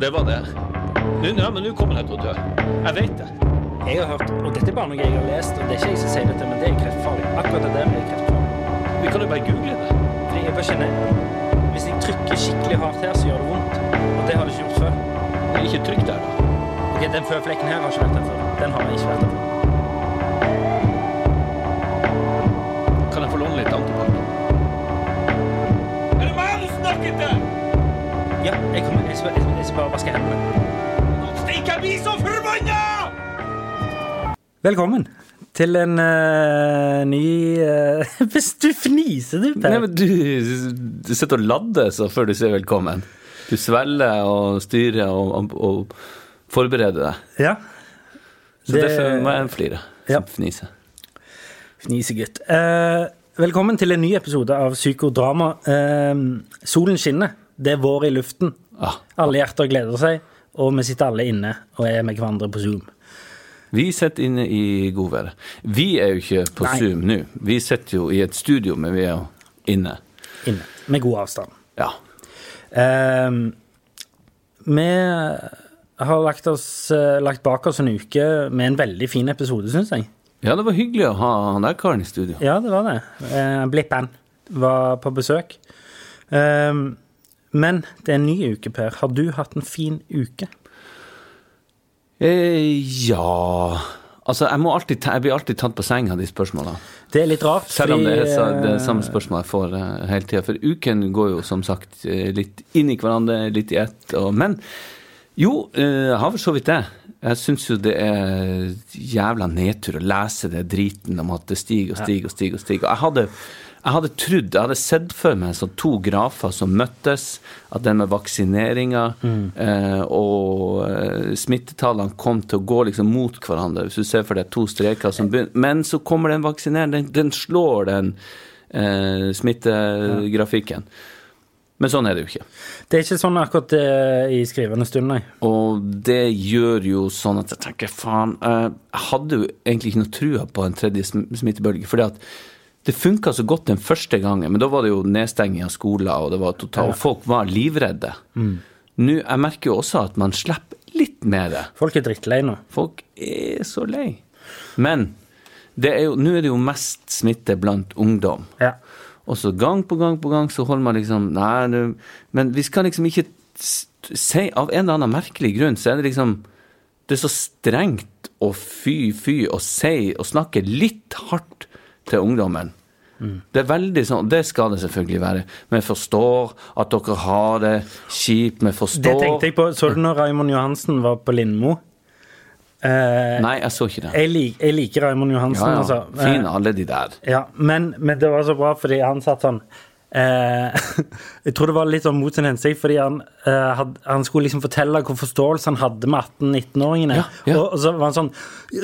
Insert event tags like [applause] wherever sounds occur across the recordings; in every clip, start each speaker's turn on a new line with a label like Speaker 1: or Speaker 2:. Speaker 1: det var det. Nå, ja, men nå kommer jeg til å dø. Jeg vet det.
Speaker 2: Jeg har hørt, og dette er bare noe jeg har lest, og det er ikke jeg som sier dette, men det er kreftfarlig. Akkurat det der blir kreftfarlig.
Speaker 1: Vi kan jo bare google det.
Speaker 2: Fordi jeg bare kjenner, hvis jeg trykker skikkelig hardt her, så gjør det vondt. Og det har det ikke gjort før.
Speaker 1: Men Ikke trykk der, da.
Speaker 2: Ok, den føflekken her har ikke vært der før. Den har jeg ikke vært der før.
Speaker 1: Kan jeg få låne litt antibac? Er det meg du snakker til?
Speaker 2: Ja, jeg kommer, jeg skal, jeg skal- jeg skal bare vaske hendene.
Speaker 1: Stikk, jeg blir så forbanna!
Speaker 2: Velkommen til en eh, ny... eh, [laughs] hvis du fniser, du, Per.
Speaker 3: Nei, men du, du sitter og lader så før du sier velkommen. Du svelger og styrer og, og, og forbereder deg.
Speaker 2: Ja.
Speaker 3: Så
Speaker 2: Det-
Speaker 3: derfor må jeg flire.
Speaker 2: Ja.
Speaker 3: Ja. Fnise.
Speaker 2: Fnisegutt. Eh, velkommen til en ny episode av Psykodrama. Eh, solen skinner, det er vår i luften.
Speaker 3: Ah,
Speaker 2: Alle hjerter gleder seg, og vi sitter alle inne og er med hverandre på Zoom.
Speaker 3: vi sitter inne i godværet. Vi er jo ikke på
Speaker 2: Nei.
Speaker 3: Zoom nå. Vi sitter jo i et studio, men vi er jo inne.
Speaker 2: Inne, med god avstand.
Speaker 3: Ja.
Speaker 2: Eh, vi har lagt, oss, eh, lagt bak oss en uke med en veldig fin episode, syns jeg.
Speaker 3: ja, det var hyggelig å ha han der karen i studio.
Speaker 2: Ja, det var det. Eh, Blippen var på besøk. Eh, men det er en ny uke, Per. Har du hatt en fin uke?
Speaker 3: Eh, ja Altså, jeg, må alltid ta, jeg blir alltid tatt på senga av de spørsmålene.
Speaker 2: Det er litt rart.
Speaker 3: Selv om det er sa-
Speaker 2: fordi, eh,
Speaker 3: det er samme spørsmål jeg får eh, hele tida. For uken går jo som sagt eh, litt inn i hverandre, litt i ett. Og, men jo, eh, jeg har for så vidt det. Jeg syns jo det er jævla nedtur å lese det driten om at det stiger og stiger og stiger. Og stiger. Og jeg hadde, jeg hadde trodd, jeg hadde sett for meg sånn to grafer som møttes, at den med vaksineringa eh, og eh, smittetallene kom til å gå liksom mot hverandre. Hvis du ser for deg to streker som begynner Men så kommer den vaksineringen, den, den slår den eh, smittegrafikken. Men sånn er det jo ikke.
Speaker 2: eh, Det er ikke sånn akkurat eh, i skrivende stund, nei.
Speaker 3: Og det gjør jo sånn at jeg tenker faen eh, Jeg hadde jo egentlig ikke noe trua på en tredje sm- smittebølge. fordi at det funka så godt den første gangen, men da var det jo nedstenging av skoler, og det var total, og folk var livredde. Nå, Jeg merker jo også at man slipper litt mer. det.
Speaker 2: Folk er drittlei nå.
Speaker 3: Folk er så lei. Men det er jo, nå er det jo mest smitte blant ungdom.
Speaker 2: Ja.
Speaker 3: Og så gang på gang på gang så holder man liksom Nei, det, men vi skal liksom ikke s- si Av en eller annen merkelig grunn så er det liksom Det er så strengt å fy, fy og si og snakke litt hardt til ungdommen.
Speaker 2: Mm.
Speaker 3: Det er veldig sånn, det skal det selvfølgelig være. Vi forstår at dere har det kjipt. Vi forstår
Speaker 2: Det tenkte jeg på. Så du når Raymond Johansen var på Lindmo? Eh,
Speaker 3: Nei, jeg så ikke det.
Speaker 2: jeg, lik, jeg liker Raymond Johansen,
Speaker 3: Ja, ja.
Speaker 2: altså. Eh,
Speaker 3: Fin, alle de der.
Speaker 2: ja, men, men det var så bra, fordi han satt sånn eh, [laughs] Jeg tror det var litt sånn mot sin hensikt, fordi han, eh, had, han skulle liksom fortelle hvor forståelse han hadde med 18-19-åringene.
Speaker 3: Ja, ja.
Speaker 2: og, og så var han sånn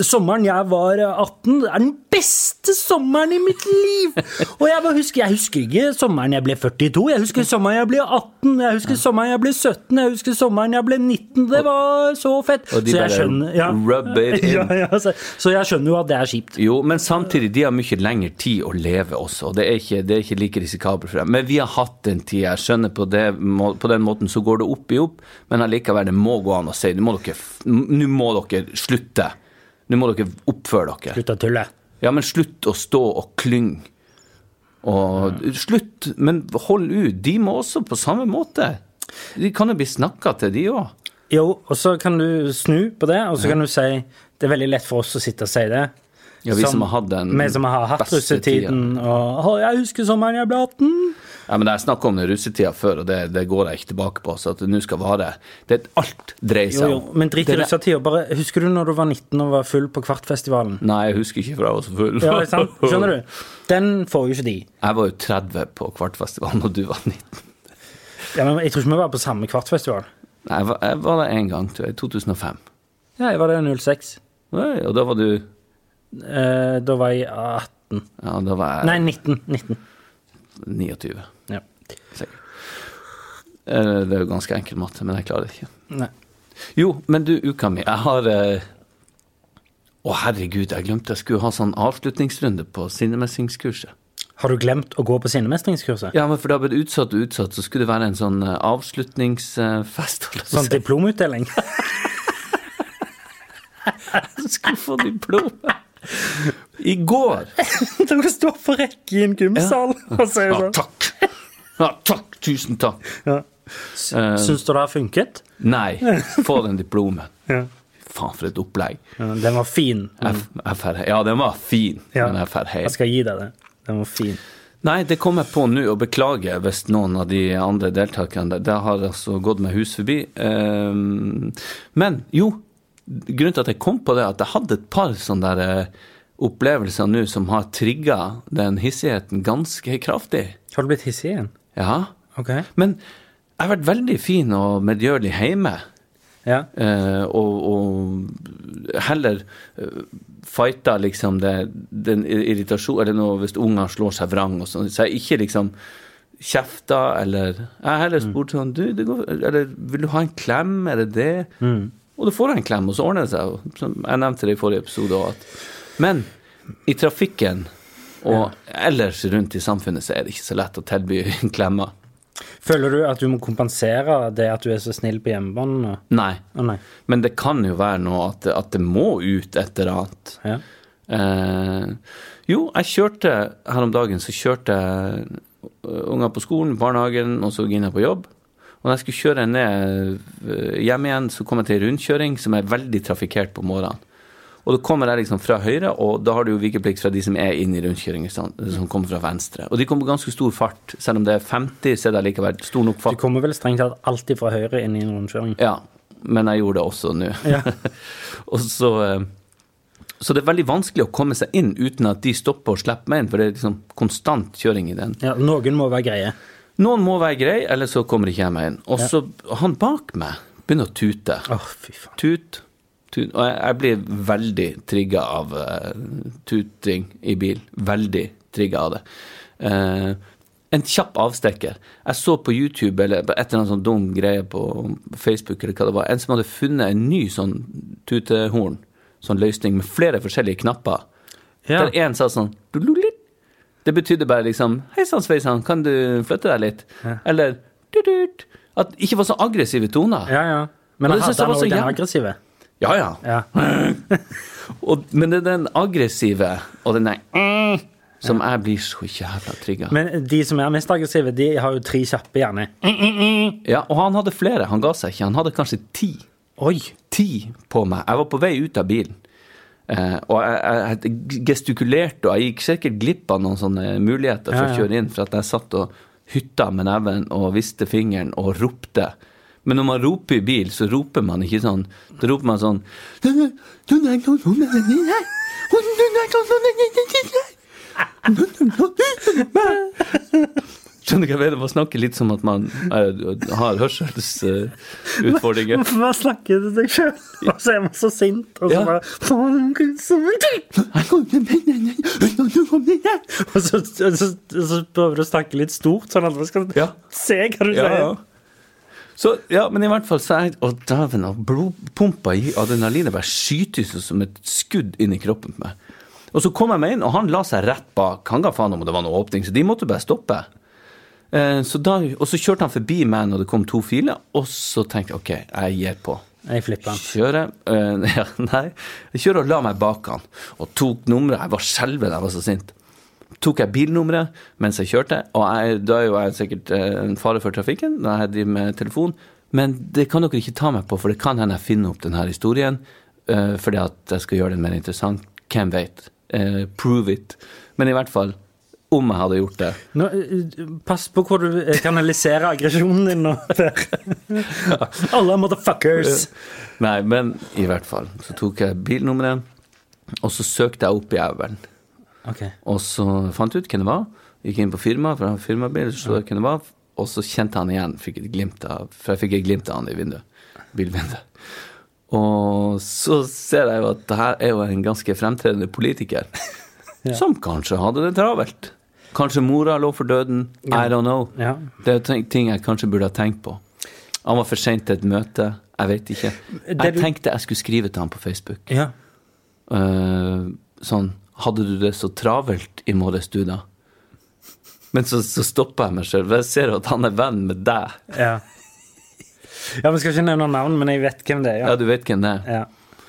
Speaker 2: Sommeren jeg var 18, er den beste sommeren i mitt liv! og jeg bare husker Jeg husker ikke sommeren jeg ble 42, jeg husker sommeren jeg ble 18, jeg husker sommeren jeg ble 17, jeg husker sommeren jeg ble 19. Det var så fett!
Speaker 3: Og de
Speaker 2: så jeg
Speaker 3: bare
Speaker 2: skjønner ja.
Speaker 3: rub
Speaker 2: [laughs]
Speaker 3: it in.
Speaker 2: ja, ja, så, så jeg skjønner jo at det er kjipt.
Speaker 3: Jo, men samtidig, de har mye lengre tid å leve også, og det er ikke, det er ikke like risikabelt for dem. Men vi har hatt den tida, jeg skjønner på, det, må- på den måten så går det opp i opp, men allikevel, det må gå an å si, nå må dere, f- nå må dere slutte. Nå må dere oppføre dere.
Speaker 2: Slutt å tulle.
Speaker 3: Ja, men slutt å stå og klynge. Og slutt, men hold ut. De må også på samme måte. De kan jo bli snakka til, de òg.
Speaker 2: Jo, og så kan du snu på det, og så kan du si Det er veldig lett for oss å sitte og si det.
Speaker 3: Ja, vi som har hatt den
Speaker 2: Vi som har hatt
Speaker 3: beste
Speaker 2: russetiden og «Å, 'Jeg husker sommeren jeg ble 18'.
Speaker 3: Ja, men Jeg snakka om den russetida før, og det, det går jeg ikke tilbake på. Så at det nå skal vare. Det er alt dreier
Speaker 2: Jo,
Speaker 3: seg
Speaker 2: jo,
Speaker 3: om.
Speaker 2: men drit i
Speaker 3: Det er det-
Speaker 2: russetida. Bare husker du når du var 19 og var full på Kvartfestivalen?
Speaker 3: Nei, jeg husker ikke, for jeg var så full.
Speaker 2: Ja, ikke sant? Skjønner du? Den får jo ikke de.
Speaker 3: [laughs] Jeg var jo 30 på Kvartfestivalen, og du var 19.
Speaker 2: Ja, men jeg tror ikke vi var på samme Kvartfestival.
Speaker 3: Nei, jeg var, jeg var der én gang, tror jeg. I 2005.
Speaker 2: Ja, jeg var der i 06.
Speaker 3: Oi, og da var du
Speaker 2: Eh, da var jeg 18.
Speaker 3: Ja, da var jeg
Speaker 2: Nei, 19. 19.
Speaker 3: 29.
Speaker 2: Ja.
Speaker 3: Sikkert. Eh, Det er jo ganske enkel matte, men jeg klarer det ikke.
Speaker 2: Nei.
Speaker 3: Jo, men du, uka mi. Jeg har eh, Å, herregud, jeg glemte jeg skulle ha sånn avslutningsrunde på sinnemessingskurset.
Speaker 2: Har du glemt å gå på sinnemestringskurset?
Speaker 3: Ja, men for det har blitt utsatt og utsatt, så skulle det være en sånn eh, avslutningsfest. holdt jeg på å
Speaker 2: Sånn
Speaker 3: si.
Speaker 2: diplomutdeling? [laughs]
Speaker 3: Skulle få diplom. I går.
Speaker 2: Dere står på rekke i en gymsal og sier
Speaker 3: Ja,
Speaker 2: sånn.
Speaker 3: takk. Ja, takk. Tusen takk. Eh,
Speaker 2: Syns du det har funket?
Speaker 3: nei, få den diplomen.
Speaker 2: Ja.
Speaker 3: Faen, for et opplegg.
Speaker 2: Ja, Den var fin.
Speaker 3: F FRH. Ja, den var fin,
Speaker 2: Ja.
Speaker 3: men FRH.
Speaker 2: Jeg skal gi deg det. Den var fin.
Speaker 3: Nei, det kom jeg på nå, og beklager hvis noen av de andre deltakerne Det har altså gått meg hus forbi. Ehm, Men jo, grunnen til at jeg kom på det, at jeg hadde et par sånne der eh, opplevelser nå som har trigga den hissigheten ganske kraftig.
Speaker 2: Har du blitt hissig igjen?
Speaker 3: Ja.
Speaker 2: Ok.
Speaker 3: Men jeg har vært veldig fin og medgjørlig hjemme.
Speaker 2: Ja.
Speaker 3: Eh, og, og heller eh, fighta liksom det, den irritasjonen Eller noe hvis unger slår seg vrang og sånn. Så jeg ikke liksom kjefta eller Jeg har heller spurt sånn du, det går, Eller vil du ha en klem? Er det det? Og du får en klem, og så ordner det seg. og Som jeg nevnte det i forrige episode også, at Men i trafikken og ellers rundt i samfunnet så er det ikke så lett å tilby [laughs] klemmer.
Speaker 2: Føler du at du må kompensere det at du er så snill på hjemmebane? nå?
Speaker 3: Nei.
Speaker 2: Å nei.
Speaker 3: Men det kan jo være noe at, at det må ut et eller annet.
Speaker 2: Ja.
Speaker 3: Eh, jo, jeg kjørte her om dagen, så kjørte jeg eh, unger på skolen, barnehagen, og så Gina på jobb. Og når jeg skulle kjøre ned eh, hjem igjen, så kom jeg til ei rundkjøring som er veldig trafikkert på morgenen. Og da kommer jeg liksom fra høyre, og da har du jo vikeplikt fra de som er inne i rundkjøringen, som som kommer fra venstre. Og de kommer på ganske stor fart. Selv om det er 50, så er det likevel stor nok
Speaker 2: Du
Speaker 3: fart.
Speaker 2: kommer vel strengt tatt alltid fra høyre inn i en rundkjøring?
Speaker 3: Ja, men jeg gjorde det også nå.
Speaker 2: Ja.
Speaker 3: [laughs] og så, eh, så det er veldig vanskelig å komme seg inn uten at de stopper og slipper meg inn, for det er liksom konstant kjøring i den.
Speaker 2: ja. Noen må være greie.
Speaker 3: Noen må være grei, eller så kommer ikke jeg meg inn. Og så han bak meg begynner å tute.
Speaker 2: Å, fy faen.
Speaker 3: Tut, tut. Og jeg, jeg blir veldig trigga av eh, tuting i bil. Veldig trigga av det. Eh, en kjapp avstikker. Jeg så på YouTube eller på et eller annet sånn dum greie på Facebook eller hva det var, en som hadde funnet en ny sånn tutehorn, sånn løsning med flere forskjellige knapper.
Speaker 2: Ja.
Speaker 3: Der én sa sånn «Dululit». Det betydde bare liksom Hei sann, sveisann, kan du flytte deg litt? Eller «Dudut». At det ikke var så aggressive toner.
Speaker 2: Ja, ja. Men
Speaker 3: Og det
Speaker 2: hadde
Speaker 3: synes jeg
Speaker 2: han
Speaker 3: var så
Speaker 2: også den
Speaker 3: jævlig.
Speaker 2: aggressive?
Speaker 3: ja. ja.
Speaker 2: Ja.
Speaker 3: Og, men det er den aggressive og den der «mm» som jeg blir så jævla trigga.
Speaker 2: Men de som er mest aggressive, de har jo tre kjappe gjerne.
Speaker 3: Ja, og han hadde flere. Han ga seg ikke. Han hadde kanskje ti.
Speaker 2: Oi!
Speaker 3: Ti på meg. Jeg var på vei ut av bilen. Eh, og jeg, jeg, jeg gestikulerte, og jeg gikk sikkert glipp av noen sånne muligheter for
Speaker 2: Ja, ja.
Speaker 3: å kjøre inn, for at jeg satt og hytta med neven og viste fingeren og ropte. Men når man roper i bil, så roper man ikke sånn. Da roper man sånn
Speaker 2: sånn sånn
Speaker 3: Skjønner du hva jeg mener? Man snakker litt som at man eh, har hørselsutfordringer.
Speaker 2: Hvorfor snakker du til deg sjøl? Og så er man så sint, og så
Speaker 3: Ja.
Speaker 2: bare Faen, Gud, som en dritt! [laughs] Og så, så, så, så prøver du å snakke litt stort, sånn at man skal
Speaker 3: Ja.
Speaker 2: se hva du
Speaker 3: Ja,
Speaker 2: sier.
Speaker 3: ja. Så, ja, men i hvert fall så er jeg Å, dæven, og blodpumpa i adrenalinet bare skyter seg som et skudd inn i kroppen på meg. Og så kom jeg meg inn, og han la seg rett bak. Han ga faen om det var noe åpning, så de måtte bare stoppe. Eh, så da, og så kjørte han forbi meg når det kom to filer, og så tenkte jeg OK, jeg gir på.
Speaker 2: Jeg flipper den.
Speaker 3: Kjører øh, [laughs] ja, Nei. Jeg kjører og la meg bak han, og tok nummeret. Jeg var skjelven, jeg var så sint. Tok jeg bilnummeret mens jeg kjørte, og jeg, da er jo jeg sikkert øh, en fare for trafikken når jeg driver med telefon, men det kan dere ikke ta meg på, for det kan hende jeg finner opp denne historien øh, fordi at jeg skal gjøre den mer interessant. Hvem vet? Eh, prove it. Men i hvert fall, om jeg hadde gjort det
Speaker 2: Nå, eh, pass på hvor du eh, kanaliserer aggresjonen din nå, Per. [laughs] Alle motherfuckers!
Speaker 3: Nei, men i hvert fall. Så tok jeg bilnummeret, og så søkte jeg opp jævelen.
Speaker 2: Eh. Ok.
Speaker 3: Og så fant jeg ut hvem det var. Gikk inn på firmaet, for jeg har firmabil, så jeg hvem det var. Og så kjente jeg han igjen, fikk et glimt av, for jeg fikk et glimt av han i vinduet, bilvinduet. Og så ser jeg jo at det her er jo en ganske fremtredende
Speaker 2: [laughs]
Speaker 3: politiker. Som kanskje hadde det travelt. Kanskje mora lå for døden. I don't know.
Speaker 2: Ja.
Speaker 3: Det er jo ting- ting jeg kanskje burde ha tenkt på. Han var for seint til et møte. Jeg vet ikke. Jeg
Speaker 2: du-
Speaker 3: tenkte jeg skulle skrive til han på Facebook.
Speaker 2: Ja.
Speaker 3: Eh, sånn Hadde du det så travelt i morges, du, da? Men så, så stopper jeg meg sjøl. Jeg ser at han er venn med deg.
Speaker 2: Ja. ja, Vi skal ikke nevne navn, men jeg vet hvem det er.
Speaker 3: Ja, du vet hvem det er.
Speaker 2: Ja. Ja.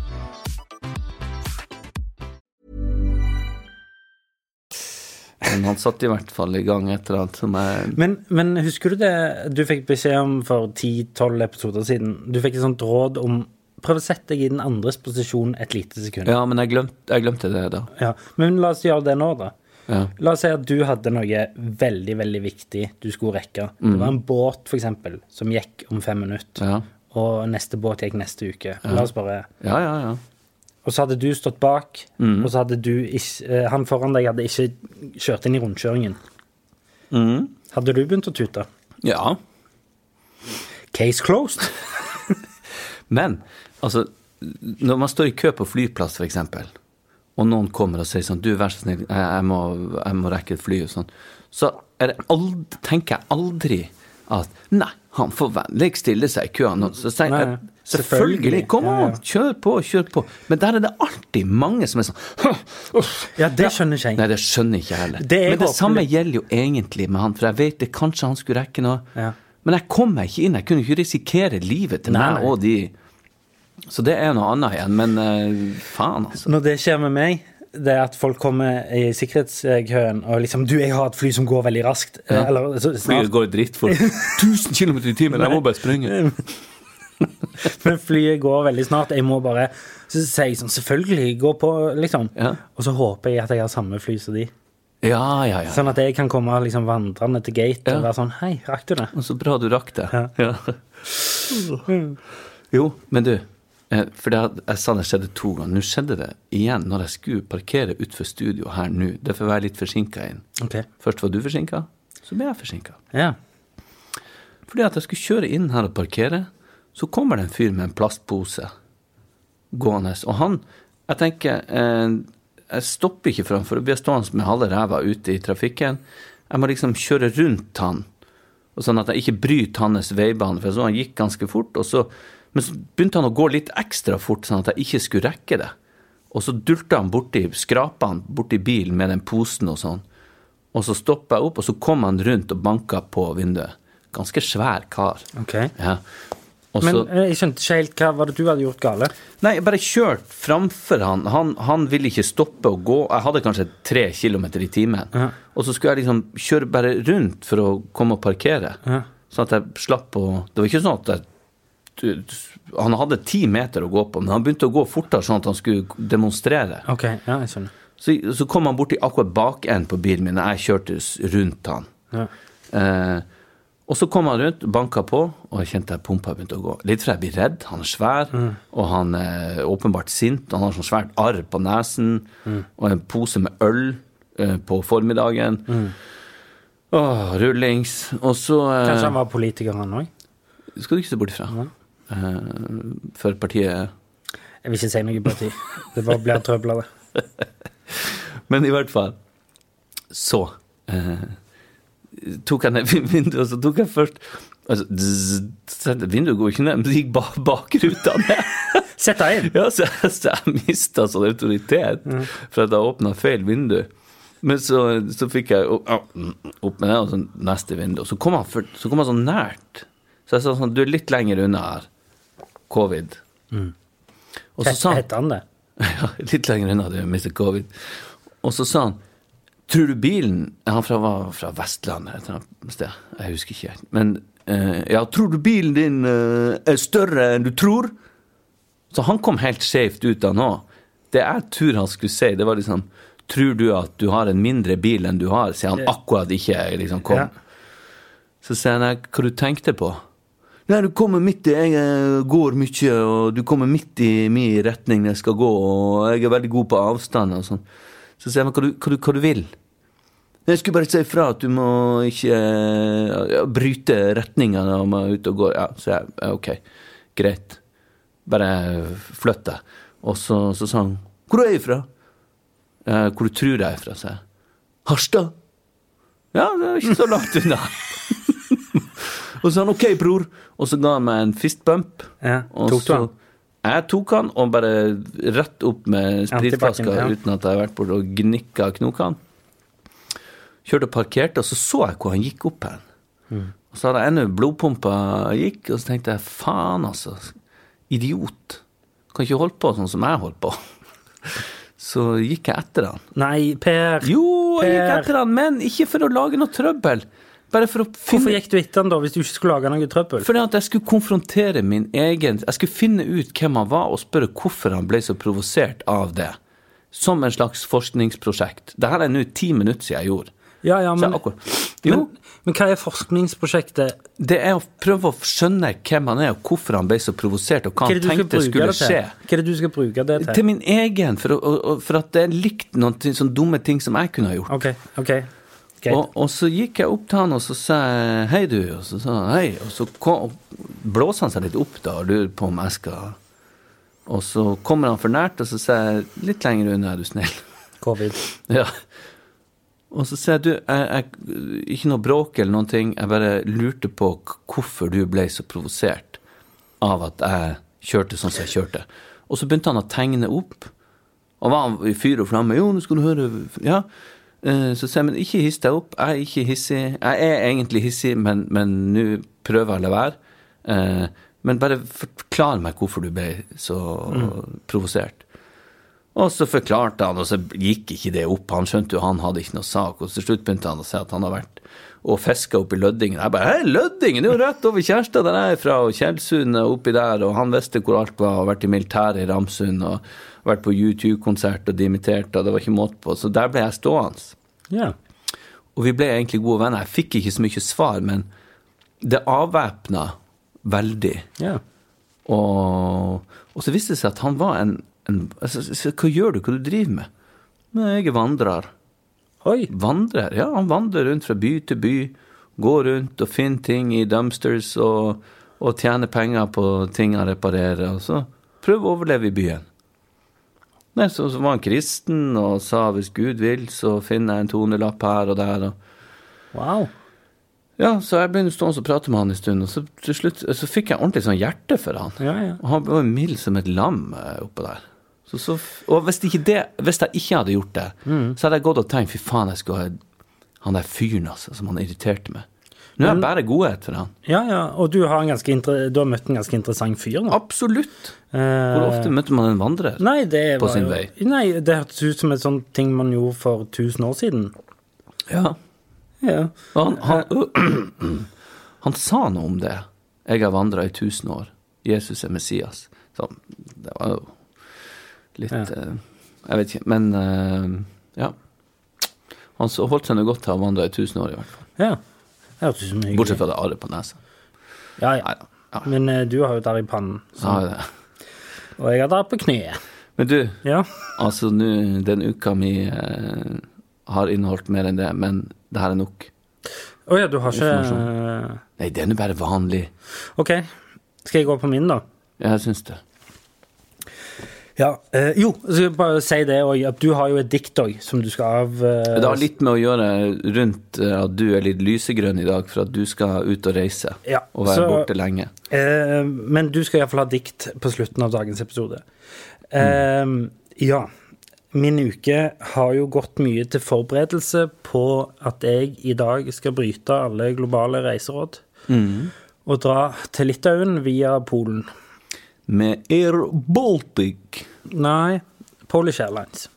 Speaker 3: Men han satte i hvert fall i gang et eller annet som jeg
Speaker 2: Men, men husker du det du fikk beskjed om for 10-12 episoder siden? Du fikk et sånt råd om Prøv å sette deg i den andres posisjon et lite sekund.
Speaker 3: Ja, men jeg glemte, jeg glemte det da.
Speaker 2: Ja. Men la oss gjøre det nå, da.
Speaker 3: Ja.
Speaker 2: La oss si at du hadde noe veldig, veldig viktig du skulle rekke. Det var en båt, for eksempel, som gikk om fem minutter.
Speaker 3: Ja.
Speaker 2: Og neste båt gikk neste uke. La oss bare
Speaker 3: Ja, ja, ja.
Speaker 2: Og så hadde du stått bak, og så hadde du ikke eh, Han foran deg hadde ikke kjørt inn i rundkjøringen. Mm. Hadde du begynt å tute?
Speaker 3: ja.
Speaker 2: Case closed.
Speaker 3: Men altså, når man står i kø på flyplass, f.eks., og noen kommer og sier sånn Du, vær så snill, jeg, jeg, må, jeg må rekke et fly, og sånn, så er det ald- tenker jeg aldri at Nei, han får vennligst stille seg i køen. nå». Så tenker jeg
Speaker 2: Nei,
Speaker 3: Selvfølgelig!
Speaker 2: selvfølgelig.
Speaker 3: Kom
Speaker 2: Ja, ja.
Speaker 3: an! Kjør på, kjør på. Men der er det alltid mange som er sånn [laughs] «Hå, uff».
Speaker 2: Ja, det skjønner ikke jeg.
Speaker 3: Nei, det skjønner ikke jeg heller.
Speaker 2: Det er
Speaker 3: Men det
Speaker 2: håpelig.
Speaker 3: samme gjelder jo egentlig med han, for jeg vet det kanskje han skulle rekke noe.
Speaker 2: Ja.
Speaker 3: Men jeg kom meg ikke inn. Jeg kunne ikke risikere livet til
Speaker 2: Nei,
Speaker 3: meg
Speaker 2: nei.
Speaker 3: og de. Så det er noe annet igjen. Men eh, faen, altså.
Speaker 2: Når det skjer med meg, det er at folk kommer i sikkerhetskøen og liksom Du, jeg har et fly som går veldig raskt. eh, Eller så snart.
Speaker 3: går drittfort. 1000 km i timen, jeg må bare springe.
Speaker 2: Men flyet går veldig snart. Jeg må bare Så sier jeg sånn Selvfølgelig, gå på, liksom.
Speaker 3: Ja.
Speaker 2: Og så håper jeg at jeg har samme fly som de.
Speaker 3: Ja, ja, ja.
Speaker 2: Sånn at jeg kan komme liksom vandrende til gate og være sånn Hei, rakk du det?
Speaker 3: Og Så bra du rakk det. Ja. Jo, men du. eh, For det, had- jeg sa det skjedde to ganger. Nå skjedde det igjen når jeg skulle parkere utenfor studio her nå. Derfor var jeg litt forsinka inn.
Speaker 2: Ok.
Speaker 3: Først var du forsinka, så ble jeg forsinka.
Speaker 2: Ja.
Speaker 3: Fordi at jeg skulle kjøre inn her og parkere, så kommer det en fyr med en plastpose gående. Og han Jeg tenker eh, Jeg stopper ikke framfor. Jeg blir stående med halve ræva ute i trafikken. Jeg må liksom kjøre rundt han, og sånn at jeg ikke bryter hans veibane. For jeg så han gikk ganske fort, og så, men så begynte han å gå litt ekstra fort, sånn at jeg ikke skulle rekke det. Og så dulta han borti, skrapa han borti bilen med den posen og sånn. Og så stoppa jeg opp, og så kom han rundt og banka på vinduet. Ganske svær kar.
Speaker 2: Ok.
Speaker 3: Ja. Og
Speaker 2: Men
Speaker 3: så,
Speaker 2: eh, jeg skjønte ikke helt hva var det du hadde gjort gale.
Speaker 3: nei, jeg bare kjørt framfor han. han. Han ville ikke stoppe å gå. Jeg hadde kanskje tre kilometer i timen. Og så skulle jeg liksom kjøre bare rundt for å komme og parkere. Sånn at jeg slapp å Det var ikke sånn at jeg du- du- han hadde ti meter å gå på, men han begynte å gå fortere, sånn at han skulle demonstrere.
Speaker 2: Ok, ja, jeg skjønner.
Speaker 3: Så, så kom han borti akkurat bakenden på bilen min, og jeg kjørte s- rundt han.
Speaker 2: Ja.
Speaker 3: Eh, og så kom han rundt, banka på, og jeg kjente at pumpa begynte å gå. Litt for jeg blir redd. Han er svær,
Speaker 2: Mm.
Speaker 3: og han er åpenbart sint. og Han har sånn svært arr på nesen,
Speaker 2: Mm.
Speaker 3: og en pose med øl eh, på formiddagen.
Speaker 2: Mm.
Speaker 3: Åh, rullings. Og så eh,
Speaker 2: Kanskje han var politiker, han òg?
Speaker 3: skal du ikke se bort ifra. Eh, for partiet
Speaker 2: Jeg vil ikke si noe parti. Det bare blir trøbler, det.
Speaker 3: Men i hvert fall så eh, tok jeg ned vin- vinduet, og så tok jeg først altså, dzz, så Vinduet går jo ikke ned, men det gikk ba bakruta ned. [laughs]
Speaker 2: Sett deg inn!
Speaker 3: Ja, så jeg, så jeg mista sånn autoritet for at jeg åpna feil vindu. Men så, så fikk jeg opp, opp med det, og så neste vindu. Og så kom han, for, så kom han så sånn nært. Så jeg sa sånn, du er litt lenger unna her, covid. Og så sa han,
Speaker 2: Hette han det?
Speaker 3: ja, litt lenger unna du, Mr. Covid. Og så sa han Tror du bilen Han fra, var fra Vestlandet et eller annet sted. Jeg husker ikke helt. Men eh, ja, tror du bilen din eh, er større enn du tror? Så han kom helt skjevt ut av nå. Det jeg tror han skulle si, det var liksom Tror du at du har en mindre bil enn du har? Sier han akkurat ikke liksom kom.
Speaker 2: Ja.
Speaker 3: Så sier han, «Nei, hva du tenkte på? Nei, du kommer midt i, jeg eh, går mye, og du kommer midt i min retning når jeg skal gå, og jeg er veldig god på avstand og sånn. Så sier jeg, men hva du, hva du, hva du vil? Jeg skulle bare si ifra at du må ikke eh, ja, bryte retninga når man er ute og går. Ja, så jeg, ja, ok, greit. Bare flytt deg. Og så, så sa han, hvor er du fra? Eh, hvor du tror jeg er fra, sa jeg. Harstad. Ja, det er ikke så langt unna.
Speaker 2: [laughs]
Speaker 3: og så sa han OK, bror. Og så ga han meg en fistbump.
Speaker 2: Ja,
Speaker 3: og
Speaker 2: tok du
Speaker 3: så-
Speaker 2: han?
Speaker 3: Jeg tok han, og bare rett opp med spritflaska
Speaker 2: Ja, til bakken, ja.
Speaker 3: uten at jeg har vært borte og gnikka knokene. Kjørte og parkerte, og så så jeg hvor han gikk opp hen.
Speaker 2: Mm.
Speaker 3: Og så hadde jeg ennå blodpumpa gikk, og så tenkte jeg faen, altså. Idiot. Kan ikke holde på sånn som jeg holdt på. [laughs] Så gikk jeg etter han.
Speaker 2: Nei, Per.
Speaker 3: Jo, jeg gikk
Speaker 2: Per.
Speaker 3: etter han, men ikke for å lage noe trøbbel. Bare for å
Speaker 2: Hvorfor
Speaker 3: finne
Speaker 2: gikk du etter han da, hvis du ikke skulle lage noe trøbbel?
Speaker 3: Fordi at jeg skulle konfrontere min egen Jeg skulle finne ut hvem han var, og spørre hvorfor han ble så provosert av det. Som en slags forskningsprosjekt. Det her er nå ti minutter siden jeg gjorde.
Speaker 2: Ja, ja,
Speaker 3: Så
Speaker 2: men,
Speaker 3: jeg akkurat, jo,
Speaker 2: men, men hva er forskningsprosjektet?
Speaker 3: det er å prøve å skjønne hvem han er, og hvorfor han ble så provosert, og hva
Speaker 2: Hva
Speaker 3: han
Speaker 2: er det du skal
Speaker 3: tenkte
Speaker 2: bruke
Speaker 3: skulle
Speaker 2: det til?
Speaker 3: skje.
Speaker 2: Hva er det du skal bruke det til?
Speaker 3: Til min egen, for, å- å- å- for at det er likt noen ting- sånne dumme ting som jeg kunne ha gjort.
Speaker 2: Ok, ok. Greit.
Speaker 3: Og, og så gikk jeg opp til han og så sa jeg, hei du, og så sa han hei, og så kom, blåser han seg litt opp da og lurer på om jeg skal Og så kommer han for nært, og så sier jeg litt lenger unna, er du snill.
Speaker 2: Covid.
Speaker 3: [laughs] ja. Og så sier jeg, du, jeg, jeg, ikke noe bråk eller noen ting, jeg bare lurte på k- hvorfor du ble så provosert av at jeg kjørte sånn som jeg kjørte. Og så begynte han å tegne opp, og var han i fyr og flamme, jo, nå skal du høre, ja. Eh, Så sier jeg, men ikke hiss deg opp, jeg er ikke hissig, jeg er egentlig hissig, men men nå prøver jeg å la være. Eh, Men bare forklar meg hvorfor du ble så provosert. Og så forklarte han, og så gikk ikke det opp. Han skjønte jo han hadde ikke noe sak. Og til slutt begynte han å si at han har vært og fiska oppe i Lødingen. Jeg bare Hei, Lødingen! Det er jo rett over Kjærstad der jeg er fra, og Tjeldsund er oppi der, og han visste hvor alt var, og vært i militæret i Ramsund, og vært på U2-konsert og dimittert, og det var ikke måte på. Så der ble jeg stående.
Speaker 2: Ja.
Speaker 3: Og vi ble egentlig gode venner. Jeg fikk ikke så mye svar, men det avvæpna veldig.
Speaker 2: ja.
Speaker 3: Og, og så viste det seg at han var en, en altså, så- så Hva gjør du? Hva du driver med? Nei, jeg er vandrer.
Speaker 2: Oi.
Speaker 3: Vandrer? Ja, han vandrer rundt fra by til by. Går rundt og finner ting i dumpsters og, og tjener penger på ting han reparerer. Og så prøver å overleve i byen. Nei, så, så var han kristen og sa hvis Gud vil, så finner jeg en tonelapp her og der. og
Speaker 2: Wow.
Speaker 3: ja, så jeg begynte stående og prate med han en stund, og så til slutt så fikk jeg ordentlig sånn hjerte for han.
Speaker 2: Ja, ja.
Speaker 3: Og han var mild som et lam eh, oppå der. Så, så, og hvis, ikke det, hvis jeg ikke hadde gjort det,
Speaker 2: Mm.
Speaker 3: så hadde jeg gått og tenkt fy faen, jeg skulle ha han der fyren altså, som han irriterte meg. Nå er jeg bare godhet for han.
Speaker 2: Ja, ja. Og du har, en ganske inter... du har møtt en ganske interessant fyr nå.
Speaker 3: Absolutt.
Speaker 2: Eh,
Speaker 3: Hvor ofte møter man en vandrer?
Speaker 2: Nei, det
Speaker 3: På
Speaker 2: var
Speaker 3: sin
Speaker 2: jo-
Speaker 3: vei.
Speaker 2: Nei, det hørtes ut som et sånt ting man gjorde for 1000 år siden.
Speaker 3: Ja.
Speaker 2: Ja.
Speaker 3: Og Han, han,
Speaker 2: Eh.
Speaker 3: [clears throat] han sa noe om det. Jeg har vandra i tusen år. Jesus er Messias. Så det var jo litt eh, Jeg vet ikke, men eh, ja. Han så, holdt seg nå godt til å ha vandra i tusen år, i hvert fall.
Speaker 2: ja. Det hørtes ut som hyggelig.
Speaker 3: Bortsett fra det arret på nesa.
Speaker 2: Ja, ja.
Speaker 3: Nei da. Ja,
Speaker 2: Men eh, du har jo der i pannen,
Speaker 3: så har jeg det.
Speaker 2: og jeg har der på kneet.
Speaker 3: Men du,
Speaker 2: Ja.
Speaker 3: altså nå Den uka mi eh, har inneholdt mer enn det, men det her er nok.
Speaker 2: Å ja, du har ikke
Speaker 3: Nei, det er nå bare vanlig.
Speaker 2: OK. Skal jeg gå på min, da?
Speaker 3: Jeg syns det.
Speaker 2: Ja. eh, jo, så skal jeg bare si det òg, at du har jo et dikt òg, som du skal av... eh,
Speaker 3: Det har litt med å gjøre rundt eh, at du er litt lysegrønn i dag, for at du skal ut og reise
Speaker 2: Ja,
Speaker 3: og være
Speaker 2: så-
Speaker 3: borte lenge.
Speaker 2: Eh, men du skal iallfall ha dikt på slutten av dagens episode. Eh,
Speaker 3: Mm.
Speaker 2: Ja. Min uke har jo gått mye til
Speaker 3: Mm.
Speaker 2: forberedelse på at jeg i dag skal bryte alle globale reiseråd. og dra til Litauen via Polen.
Speaker 3: Med Air Baltic.
Speaker 2: Nei, Polish Airlines.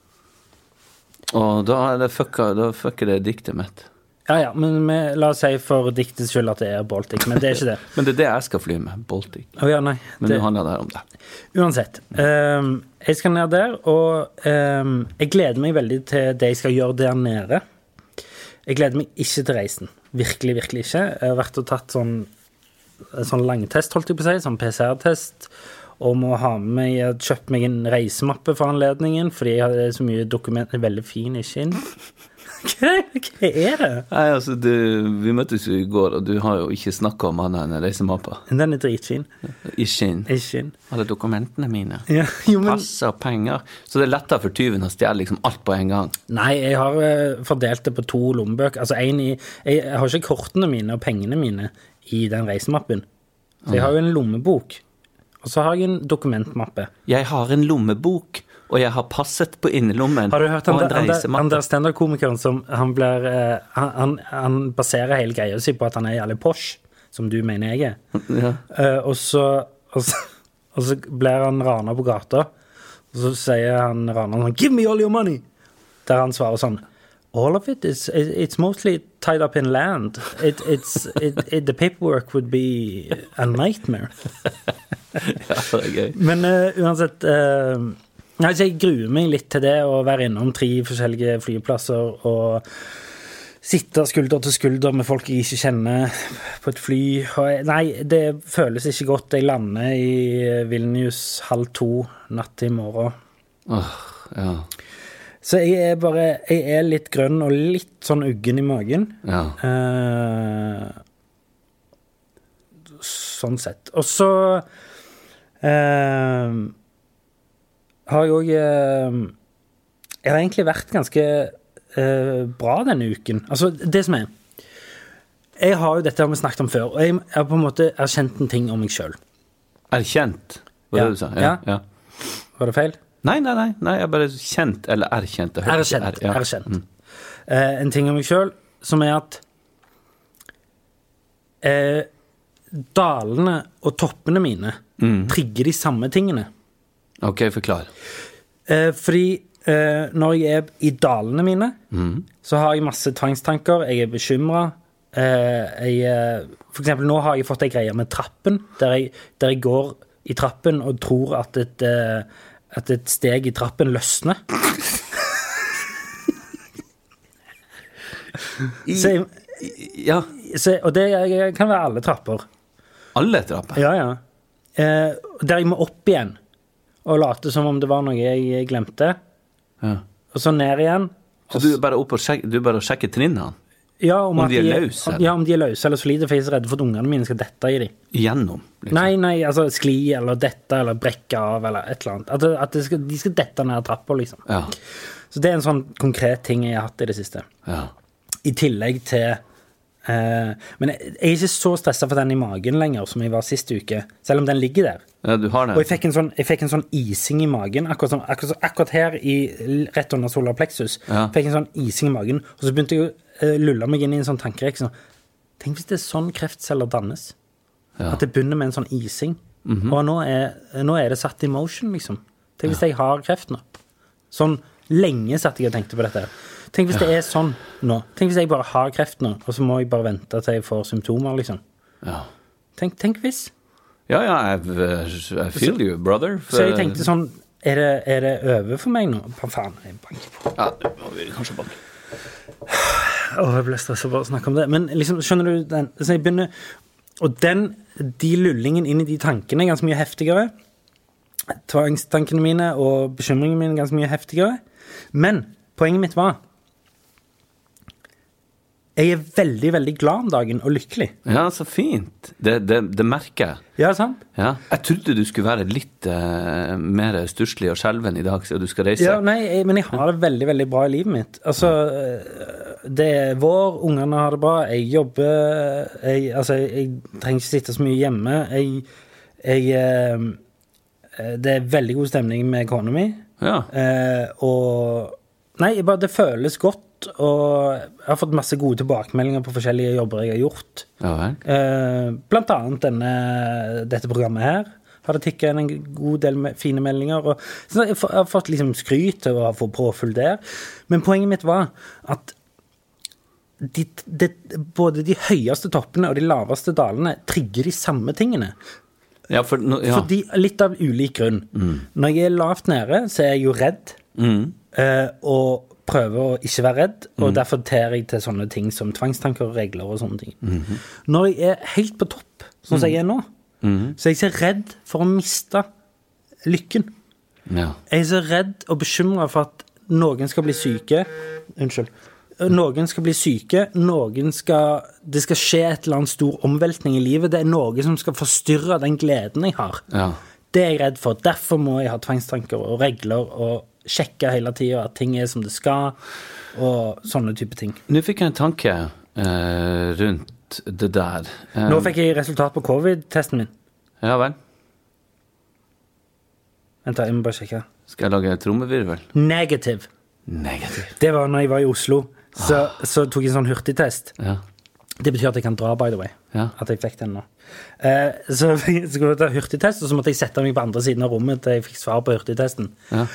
Speaker 3: Og da er det fucka, da fucker det diktet mitt.
Speaker 2: Ja ja, men vi, la oss si for diktets skyld at det er Baltic, men det er ikke
Speaker 3: [laughs]
Speaker 2: det.
Speaker 3: Men det er det jeg skal fly med. Baltic.
Speaker 2: Å ja, nei.
Speaker 3: Men
Speaker 2: det,
Speaker 3: nå handler det her om det.
Speaker 2: Uansett. ehm, jeg skal ned der, og ehm, jeg gleder meg veldig til det jeg skal gjøre der nede. Jeg gleder meg ikke til reisen. Virkelig, virkelig ikke. Jeg har vært og tatt sånn, sånn langtest, holdt jeg på å si, sånn PCR-test. Og må ha med meg, jeg har kjøpt meg en reisemappe for anledningen, fordi jeg hadde så mye dokumenter. Veldig fin, ikke inn. [laughs] Hva, hva er det?
Speaker 3: Nei, altså, du, vi møttes jo i går, og du har jo ikke snakka om annet enn reisemappa.
Speaker 2: Den er dritfin.
Speaker 3: Ikke inn.
Speaker 2: Ikke inn.
Speaker 3: Alle dokumentene mine.
Speaker 2: Ja, jo, men
Speaker 3: Pass og penger. Så det er lettere for tyven å stjele liksom alt på en gang.
Speaker 2: Nei, jeg har eh, fordelt det på to lommebøker. Altså, en i, jeg, jeg har ikke kortene mine og pengene mine i den reisemappen. Så jeg har jo en lommebok, og så har jeg en dokumentmappe.
Speaker 3: Jeg har en lommebok, og jeg har passet på innerlommen.
Speaker 2: Har du hørt han,
Speaker 3: og en
Speaker 2: der- han, der-
Speaker 3: reisemappe.
Speaker 2: han der standup-komikeren som han blir eh, han, han, han baserer hele greia si på at han er jævlig posh, som du mener jeg er.
Speaker 3: [laughs] Ja.
Speaker 2: Eh, og, så, og, så, og så blir han rana på gata, og så sier han raneren sånn Give me all your money! Der han svarer sånn All of it is it- it's mostly tied up in land. It, it's, it, it, the paperwork would be a nightmare.
Speaker 3: Ja, det er gøy.
Speaker 2: Men eh, uansett eh, nei, så Jeg gruer meg litt til det å være innom tre forskjellige flyplasser og sitte skulder til skulder med folk jeg ikke kjenner, på et fly. Og jeg, nei, det føles ikke godt. Jeg lander i eh, Vilnius halv to natt til i morgen.
Speaker 3: Åh, ja.
Speaker 2: Så jeg er bare Jeg er litt grønn og litt sånn uggen i magen.
Speaker 3: ja.
Speaker 2: Eh, sånn sett. Og så eh, har jeg òg eh, Jeg har egentlig vært ganske eh, bra denne uken. Altså, det som er Jeg har jo dette har vi snakket om før, og jeg har på en måte erkjent en ting om meg sjøl.
Speaker 3: Erkjent, var det
Speaker 2: Ja.
Speaker 3: du sa?
Speaker 2: Ja.
Speaker 3: ja.
Speaker 2: Var det feil?
Speaker 3: Nei, nei, nei, nei, jeg bare kjent eller erkjent. Jeg hørte ikke er-
Speaker 2: Erkjent.
Speaker 3: ja.
Speaker 2: erkjent. Eh, en ting om meg sjøl som er at eh, dalene og toppene mine
Speaker 3: Mm.
Speaker 2: trigger de samme tingene.
Speaker 3: Ok, forklar.
Speaker 2: Eh, fordi eh, når jeg er i dalene mine, så har jeg masse tvangstanker. Jeg er bekymra. Eh, jeg, eh, for eksempel nå har jeg fått ei greie med trappen, der jeg, der jeg går i trappen og tror at et, eh, at et steg i trappen løsner. Så jeg,
Speaker 3: Ja,
Speaker 2: så, og det eh, kan være alle trapper.
Speaker 3: alle trapper.
Speaker 2: Ja, ja. Eh, der jeg må opp igjen og late som om det var noe jeg glemte.
Speaker 3: Ja.
Speaker 2: Og så ned igjen.
Speaker 3: Så du er bare oppe og sjekker, du er bare og sjekker trinnene?
Speaker 2: Ja, om, at
Speaker 3: de er løse, eller?
Speaker 2: Ja, om de er løse eller solide, for jeg er så redd for at ungene mine skal dette i dem.
Speaker 3: Igjennom? Liksom.
Speaker 2: Nei, nei, altså skli eller dette eller brekke av eller et eller annet. At, det- at det skal, de skal dette ned trappa, liksom.
Speaker 3: Ja.
Speaker 2: Så det er en sånn konkret ting jeg har hatt i det siste.
Speaker 3: ja.
Speaker 2: I tillegg til eh, Men jeg, jeg er ikke så stressa for den i magen lenger som jeg var sist uke, selv om den ligger der.
Speaker 3: Ja, du har
Speaker 2: Og jeg
Speaker 3: det?
Speaker 2: fikk en sånn, jeg fikk en sånn ising i magen, akkurat, sånn, akkurat, sånn- akkurat her i, rett under solar plexus.
Speaker 3: Ja.
Speaker 2: Fikk en sånn ising i magen, og så begynte jeg å eh, lulle meg inn i en sånn tankerekke. Sånn, Tenk hvis det er sånn kreftceller dannes. At det begynner med en sånn ising. Og nå er, nå er det satt i motion, liksom. Tenk hvis jeg har kreft nå. Sånn lenge satt jeg og tenkte på dette. her. Tenk hvis det er sånn nå. Tenk hvis jeg bare har kreft nå, og så må jeg bare vente til jeg får symptomer, liksom.
Speaker 3: Ja.
Speaker 2: Tenk, tenk hvis.
Speaker 3: Ja, ja, jeg, jeg feel you, brother. For,
Speaker 2: Så jeg tenkte sånn Er det, er det over for meg nå? Pa- Faen, jeg banker på.
Speaker 3: ja, du må vi kanskje bare...
Speaker 2: Åh, jeg ble stressa bare av å snakke om det. Men liksom, skjønner du den Så jeg begynner Og den, de lullingen inn i de tankene er ganske mye heftigere. Tvangstankene mine og bekymringene mine er ganske mye heftigere. Men poenget mitt var Jeg er veldig, veldig glad om dagen og lykkelig.
Speaker 3: Ja, så fint. Det, det, det merker jeg.
Speaker 2: Ja, sant?
Speaker 3: Ja. Jeg trodde du skulle være litt eh, mer stusslig og skjelven i dag siden du skal reise.
Speaker 2: Ja, nei, jeg, men jeg har det veldig, veldig bra i livet mitt. Altså, øh, det er vår, ungene har det bra, jeg jobber, jeg, altså, jeg, jeg trenger ikke sitte så mye hjemme. Jeg, jeg øh, Det er veldig god stemning med kona mi.
Speaker 3: Ja.
Speaker 2: Eh, og Nei, jeg bare, det føles godt godt, og jeg har fått masse gode tilbakemeldinger på forskjellige jobber jeg har gjort.
Speaker 3: Ja vel.
Speaker 2: Eh, Blant annet denne, dette programmet her. Har det tikka inn en god del me- fine meldinger. Og, så jeg får- jeg har fått liksom skryt og har fått påfyll der. Men poenget mitt var at de, de, både de høyeste toppene og de laveste dalene trigger de samme tingene.
Speaker 3: Ja, for nå ja.
Speaker 2: Fordi, litt av ulik grunn. Når jeg er lavt nede, så er jeg jo redd. eh, og prøver å ikke være redd, og derfor ter jeg til sånne ting som tvangstanker og regler og sånne ting. Når jeg er helt på topp, sånn som jeg er nå, så er jeg så redd for å miste lykken.
Speaker 3: ja.
Speaker 2: Jeg er så redd og bekymra for at noen skal bli syke. Unnskyld. Noen skal bli syke, noen skal, det skal skje et eller annet stor omveltning i livet. Det er noe som skal forstyrre den gleden jeg har.
Speaker 3: Ja.
Speaker 2: Det er jeg redd for. Derfor må jeg ha tvangstanker og regler og sjekke hele tida at ting er som det skal, og sånne type ting.
Speaker 3: Nå fikk jeg en tanke eh, rundt det der. Eh,
Speaker 2: Nå fikk jeg resultat på covid-testen min.
Speaker 3: Ja vel.
Speaker 2: Vent, da, jeg må bare sjekke.
Speaker 3: Skal jeg lage trommevirvel?
Speaker 2: Negativ.
Speaker 3: Negativ.
Speaker 2: Det var når jeg var i Oslo. Så, så tok jeg en sånn hurtigtest.
Speaker 3: Ja.
Speaker 2: Det betyr at jeg kan dra, by the way.
Speaker 3: Ja.
Speaker 2: At jeg fikk den nå. Eh, så [laughs] jeg skulle ta hurtigtest, og så måtte jeg sette meg på andre siden av rommet til jeg fikk svar på hurtigtesten.
Speaker 3: Ja.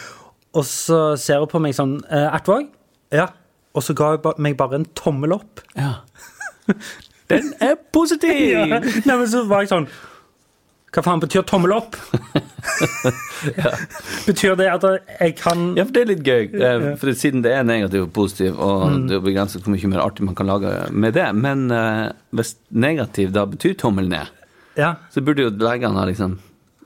Speaker 2: Og så ser hun på meg sånn eh, Ertvåg? Ja. Og så ga hun ba- meg bare en tommel opp.
Speaker 3: ja. [laughs] Den er positiv!
Speaker 2: Ja. [laughs] Nei, men så var jeg sånn Hva faen betyr tommel opp? Betyr det at jeg kan
Speaker 3: Ja, for det er litt gøy. eh, For siden det er negativ og positiv, og
Speaker 2: Mm.
Speaker 3: det er jo begrenset hvor mye mer artig man kan lage med det. Men eh, hvis negativ da betyr tommel ned,
Speaker 2: Ja.
Speaker 3: så burde jo leggene ha liksom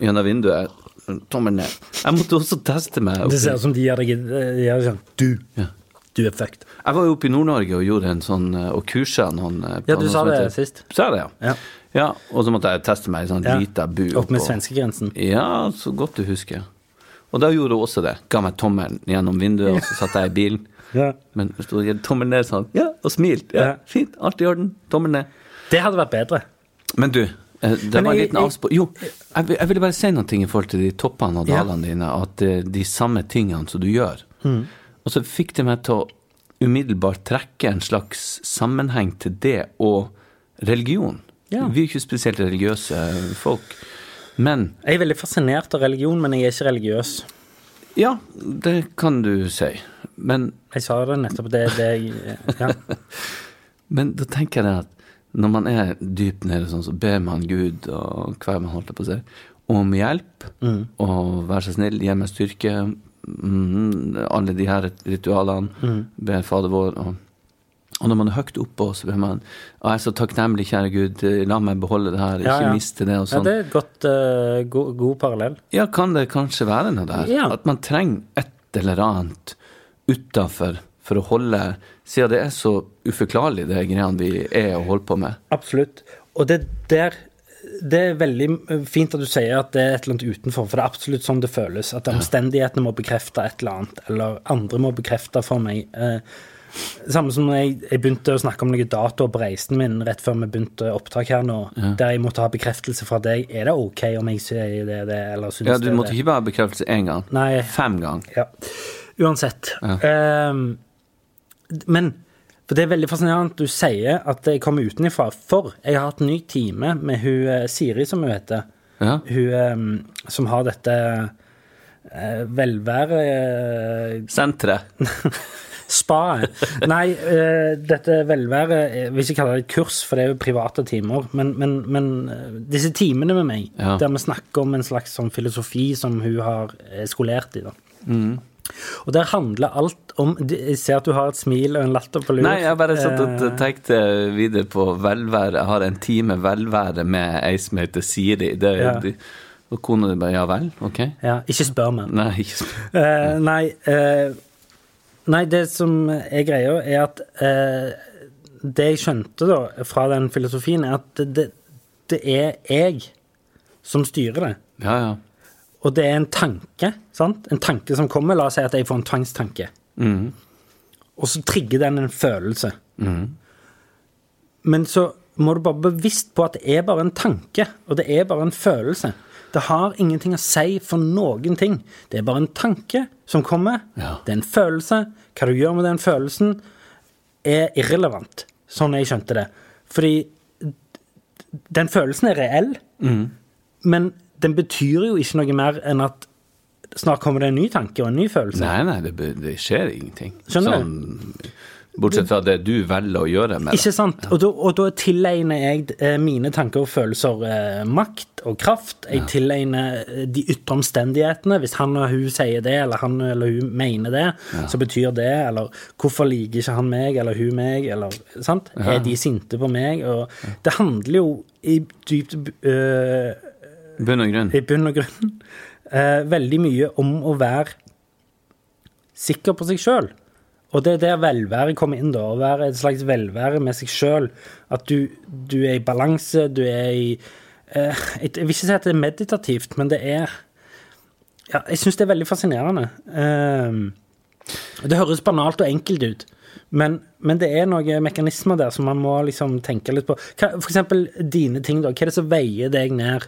Speaker 3: gjennom vinduet eh, tommel ned. Jeg måtte også teste meg.
Speaker 2: Det ser
Speaker 3: oppe-
Speaker 2: ut som de hadde gitt de hadde sånn, Du,
Speaker 3: Ja.
Speaker 2: du er fucked.
Speaker 3: Jeg var jo oppe i Nord-Norge og gjorde en sånn eh, og kursa noen eh, på
Speaker 2: Ja, du
Speaker 3: noe
Speaker 2: sa
Speaker 3: som
Speaker 2: det
Speaker 3: heter-
Speaker 2: sist.
Speaker 3: Sa jeg det, ja.
Speaker 2: Ja.
Speaker 3: ja. Og så måtte jeg teste meg i sånn
Speaker 2: Ja.
Speaker 3: lita bu.
Speaker 2: Opp med
Speaker 3: oppå.
Speaker 2: svenskegrensen.
Speaker 3: Ja, så godt du husker. Og da gjorde hun også det. Ga meg tommelen gjennom vinduet, og så satt jeg i bilen.
Speaker 2: Ja.
Speaker 3: Men hun sto og ga tommelen ned sånn, ja, og smilte. Ja,
Speaker 2: Ja.
Speaker 3: Fint, alt i orden. Tommelen ned.
Speaker 2: Det hadde vært bedre.
Speaker 3: Men du, eh, det
Speaker 2: Men
Speaker 3: var en
Speaker 2: jeg-
Speaker 3: liten avspå... Jo, jeg, vil- jeg ville bare si noe i forhold til de toppene og
Speaker 2: Ja.
Speaker 3: dalene dine, at eh, de samme tingene som du gjør.
Speaker 2: Mm.
Speaker 3: Og så fikk det meg til å umiddelbart trekke en slags sammenheng til det og religion.
Speaker 2: Ja.
Speaker 3: Vi er ikke spesielt religiøse folk. Men
Speaker 2: Jeg er veldig fascinert av religion, men jeg er ikke religiøs.
Speaker 3: ja, det kan du si. Men
Speaker 2: Jeg sa det nettopp. Det, det ja.
Speaker 3: Men da tenker jeg det at når man er dypt nede sånn, så ber man Gud og hver man holder på å si, om hjelp,
Speaker 2: Mm.
Speaker 3: og vær så snill, gi meg styrke, mm, alle de her ritualene,
Speaker 2: Mm.
Speaker 3: be Fader vår, og, og når man er høyt oppe, så ber man, «Å, jeg er så takknemlig, kjære Gud, la meg beholde det her, ikke
Speaker 2: Ja, ja.
Speaker 3: miste det, og
Speaker 2: ja,
Speaker 3: sånn.
Speaker 2: det er et godt, eh, go god parallell.
Speaker 3: Ja, kan det kanskje være noe der?
Speaker 2: Ja.
Speaker 3: At man trenger et eller annet utafor for å holde Siden det er så uforklarlig, det greiene vi er og holder på med.
Speaker 2: Absolutt. Og det der det er veldig fint at du sier at det er et eller annet utenfor, for det er absolutt sånn det føles. At omstendighetene må bekrefte et eller annet, eller andre må bekrefte for meg. Eh, samme som når jeg, jeg begynte å snakke om noen datoer på reisen min rett før vi begynte opptak her nå, der jeg måtte ha bekreftelse fra deg. Er det OK om jeg sier det, det eller syns
Speaker 3: Ja, Du
Speaker 2: det? er
Speaker 3: måtte
Speaker 2: det?
Speaker 3: ikke bare ha bekreftelse én gang.
Speaker 2: Nei.
Speaker 3: Fem ganger.
Speaker 2: Ja. Uansett. Ehm, men for Det er veldig fascinerende at du sier at jeg kommer utenfra. For jeg har hatt en ny time med hun eh, Siri, som hun heter.
Speaker 3: Ja.
Speaker 2: Hun ehm, som har dette eh, velvære... eh,
Speaker 3: Senteret.
Speaker 2: Spaet. Nei, eh, dette velvære eh, Hvis jeg kaller det et kurs, for det er jo private timer, men, men, men eh, disse timene med meg,
Speaker 3: Ja.
Speaker 2: der vi snakker om en slags sånn filosofi som hun har eh, skolert i, da.
Speaker 3: Mm.
Speaker 2: Og der handler alt om Jeg ser at du har et smil og en latter på lur.
Speaker 3: Nei, jeg bare satt og
Speaker 2: Eh,
Speaker 3: tenkte videre på velvære. Jeg har en time velvære med ei som heter Siri. Det,
Speaker 2: Ja.
Speaker 3: de, og kona di bare ja vel, ok?
Speaker 2: ja, ikke spør meg.
Speaker 3: Nei, ikke sp-
Speaker 2: Eh, nei, eh, nei, det som er greia, er at eh, Det jeg skjønte da fra den filosofien, er at det, det, det er jeg som styrer det.
Speaker 3: Ja, ja.
Speaker 2: Og det er en tanke, sant? En tanke som kommer. La oss si at jeg får en tvangstanke. Og så trigger den en følelse. Men så må du bare være bevisst på at det er bare en tanke, og det er bare en følelse. Det har ingenting å si for noen ting. Det er bare en tanke som kommer.
Speaker 3: Ja.
Speaker 2: Det er en følelse. Hva du gjør med den følelsen, er irrelevant, sånn jeg skjønte det. Fordi den følelsen er reell, men den betyr jo ikke noe mer enn at snart kommer det en ny tanke og en ny følelse.
Speaker 3: Nei, nei, det, be- det skjer ingenting.
Speaker 2: Skjønner
Speaker 3: du? Bortsett fra det du velger å gjøre med
Speaker 2: Ikke
Speaker 3: det.
Speaker 2: sant? Og da, og da tilegner jeg eh, mine tanker og følelser eh, makt og kraft. Jeg tilegner eh, de ytre omstendighetene. Hvis han og hun sier det, eller han eller hun mener det, så betyr det Eller hvorfor liker ikke han meg, eller hun meg, eller sant? Er de sinte på meg? Og det handler jo i dypt eh,
Speaker 3: Bunn og grunn.
Speaker 2: i bunn og grunn eh, veldig mye om å være sikker på seg sjøl. Og det er der velvære kommer inn, da. Å være et slags velvære med seg sjøl. At du, du er i balanse, du er i eh, Jeg jeg vil ikke si at det er meditativt, men det er ja, Jeg syns det er veldig fascinerende. Eh, det høres banalt og enkelt ut, men, men det er noen mekanismer der som man må liksom tenke litt på. Hva, for eksempel dine ting, da. Hva er det som veier deg ned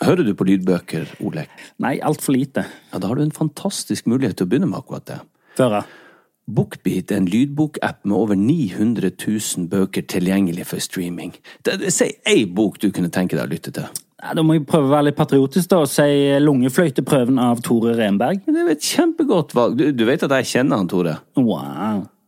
Speaker 4: Hører du på lydbøker, Olek?
Speaker 5: [laughs] Nei, altfor lite.
Speaker 4: Ja, da har du en fantastisk mulighet til å begynne med akkurat det.
Speaker 5: Før jeg.
Speaker 4: Bookbeat er en lydbokapp med over 900 000 bøker tilgjengelig for streaming. Det, det, si ei bok du kunne tenke deg å lytte til.
Speaker 5: Nei, Da må jeg prøve å være litt patriotisk da, og si eh, Lungefløyteprøven av Tore Renberg.
Speaker 4: Det er jo et kjempegodt valg. Du, du vet at jeg kjenner han, Tore?
Speaker 5: Wow.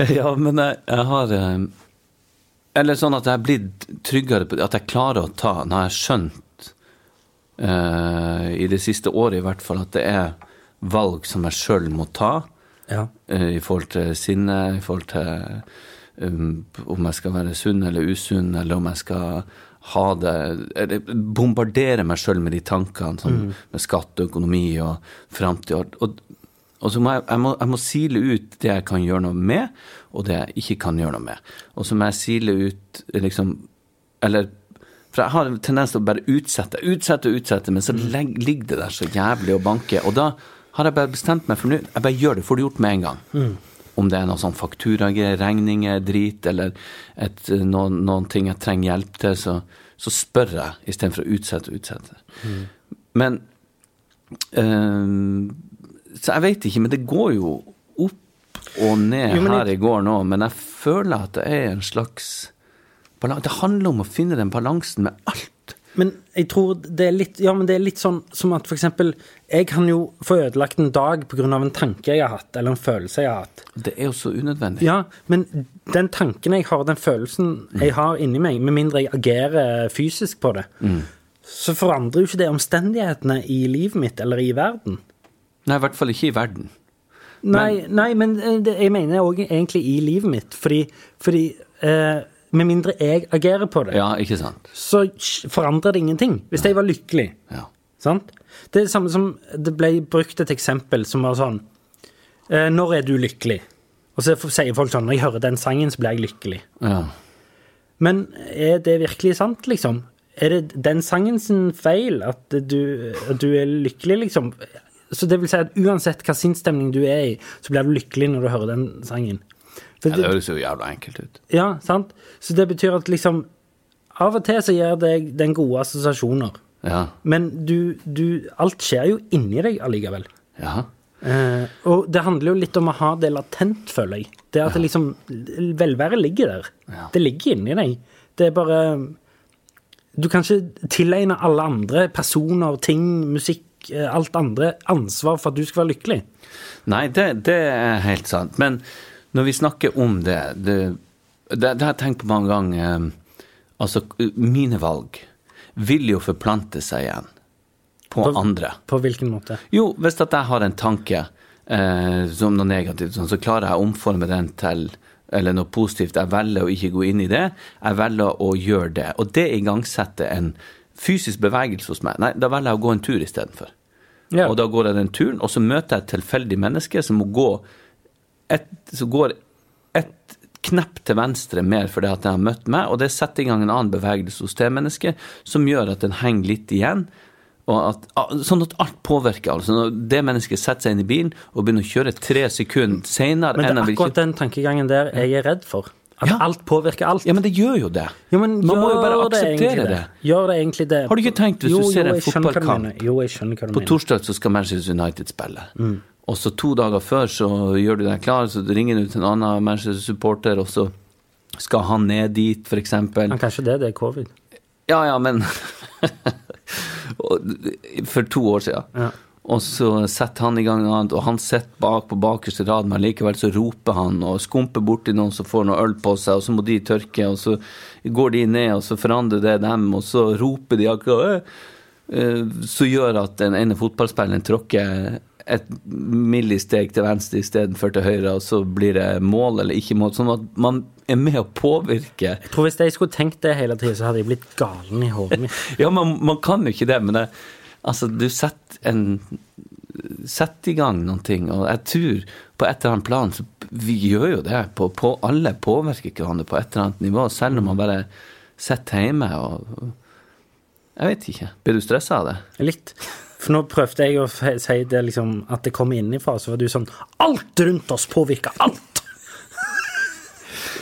Speaker 3: [laughs] Ja, men jeg, jeg har eh, Eller sånn at jeg er blitt tryggere på At jeg klarer å ta Når jeg har skjønt eh, I det siste året i hvert fall At det er valg som jeg sjøl må ta
Speaker 2: Ja.
Speaker 3: eh, I forhold til sinne I forhold til um, Om jeg skal være sunn eller usunn Eller om jeg skal ha det Eller bombardere meg sjøl med de tankene sånn, Med skatt og økonomi Og fremtid og, og og så må jeg, jeg, må, jeg må sile ut det jeg kan gjøre noe med, og det jeg ikke kan gjøre noe med. Og så må jeg sile ut eh, liksom Eller For jeg har en tendens til å bare utsette, utsette, utsette, men så legg, ligger det der så jævlig og banker. Og da har jeg bare bestemt meg for nå. Jeg bare gjør det, får det gjort med en gang. Om det er noe sånn fakturagreier, regninger, drit, eller et, noen, noen ting jeg trenger hjelp til, så, så spør jeg istedenfor å utsette og utsette. Men eh, Så jeg veit ikke, men det går jo opp og ned
Speaker 6: Jo, men
Speaker 3: her
Speaker 6: det-
Speaker 3: i går nå, men jeg føler at det er en slags balan- Det handler om å finne den balansen med alt.
Speaker 6: Men jeg tror det er litt Ja, men det er litt sånn som at for eksempel Jeg kan jo få ødelagt en dag pga. en tanke jeg har hatt, eller en følelse jeg har hatt.
Speaker 3: Det er jo så unødvendig.
Speaker 6: Ja, men den tanken jeg har, den følelsen jeg har inni meg, med mindre jeg agerer fysisk på det, så forandrer jo ikke det omstendighetene i livet mitt eller i verden.
Speaker 3: Nei, i hvert fall ikke i verden.
Speaker 6: Nei, nei, men eh, det, jeg mener òg egentlig i livet mitt, fordi, fordi eh, med mindre jeg agerer på det,
Speaker 3: Ja, ikke sant.
Speaker 6: så sh- forandrer det ingenting. Hvis jeg var lykkelig.
Speaker 3: Ja.
Speaker 6: Sant? Det er det samme som det ble brukt et eksempel som var sånn eh, Når er du lykkelig? Og så f- sier folk sånn Når jeg hører den sangen, så blir jeg lykkelig.
Speaker 3: Ja.
Speaker 6: Men er det virkelig sant, liksom? Er det den sangen sin feil at du, at du er lykkelig, liksom? Så det vil si at uansett hva sinnsstemning du er i, så blir du lykkelig når du hører den sangen. For
Speaker 3: Ja, det høres jo jævla enkelt ut.
Speaker 6: ja, sant? Så det betyr at liksom Av og til så gir det den gode assosiasjoner.
Speaker 3: Ja.
Speaker 6: Men du, du Alt skjer jo inni deg allikevel.
Speaker 3: ja.
Speaker 6: Eh, og det handler jo litt om å ha det latent, føler jeg. Det at det liksom Velværet ligger der. Det ligger inni deg. Det er bare Du kan ikke tilegne alle andre personer, ting, musikk, eh, alt andre ansvar for at du skal være lykkelig.
Speaker 3: Nei, det, det er helt sant. Men når vi snakker om det Det, det, det har jeg tenkt på mange ganger. eh, Altså, mine valg vil jo forplante seg igjen på
Speaker 6: På-
Speaker 3: andre.
Speaker 6: På hvilken måte?
Speaker 3: Jo, hvis at jeg har en tanke eh, som noe negativt, sånn, så klarer jeg å omforme den til eller noe positivt. Jeg velger å ikke gå inn i det. Jeg velger å gjøre det. Og det igangsetter en fysisk bevegelse hos meg. Nei, da velger jeg å gå en tur istedenfor.
Speaker 6: Ja.
Speaker 3: Og da går jeg den turen, og så møter jeg et tilfeldig menneske som må gå et, som går et knepp til venstre mer fordi at jeg har møtt meg, og det setter i gang en annen bevegelse hos det mennesket som gjør at den henger litt igjen. Og at, ah, sånn at alt påvirker. altså Når det mennesket setter seg inn i bilen og begynner å kjøre tre sekunder senere
Speaker 6: Men det
Speaker 3: enn
Speaker 6: er
Speaker 3: jeg vil
Speaker 6: akkurat den tankegangen der jeg er redd for. At
Speaker 3: Ja.
Speaker 6: alt påvirker alt.
Speaker 3: Ja, men det gjør jo det.
Speaker 6: Jo, men
Speaker 3: Man må jo
Speaker 6: gjør
Speaker 3: bare
Speaker 6: det egentlig
Speaker 3: akseptere det.
Speaker 6: Gjør det egentlig det.
Speaker 3: Har du ikke tenkt hvis du ser en
Speaker 6: jeg skjønner hva du
Speaker 3: fotballkamp
Speaker 6: mener. Jo, jeg skjønner hva du
Speaker 3: På
Speaker 6: mener.
Speaker 3: torsdag så skal Manchester United spille. Og så to dager før så gjør du deg klar, så ringer du til en annen Manchester-supporter, og så skal han ned dit, for eksempel.
Speaker 6: Men kanskje det, det er covid.
Speaker 3: Ja, ja, men [laughs] Og- For to år siden.
Speaker 6: Ja.
Speaker 3: Og så setter han i gang noe annet, og han sitter bak på bakerste rad, men likevel så roper han og skumper borti noen som får noe øl på seg, og så må de tørke, og så går de ned, og så forandrer det dem, og så roper de akkurat øh, Så gjør at den ene fotballspilleren tråkker et millisteg til venstre istedenfor til høyre, og så blir det mål eller ikke mål. Sånn at man er med å påvirke.
Speaker 6: Jeg tror Hvis jeg skulle tenkt det hele tiden, så hadde jeg blitt galen i hodet
Speaker 3: [laughs]
Speaker 6: mitt.
Speaker 3: Ja, man, man kan jo ikke det, men det, altså, du setter en Sett i gang noen ting, og jeg tror på et eller annet plan så Vi gjør jo det. På, på alle påvirker hverandre på et eller annet nivå, selv om man bare sitter hjemme og Jeg vet ikke. Blir du stressa av det?
Speaker 6: Litt. For nå prøvde jeg å f- si det liksom, at det kommer innenfra, så var du sånn Alt rundt oss påvirker alt!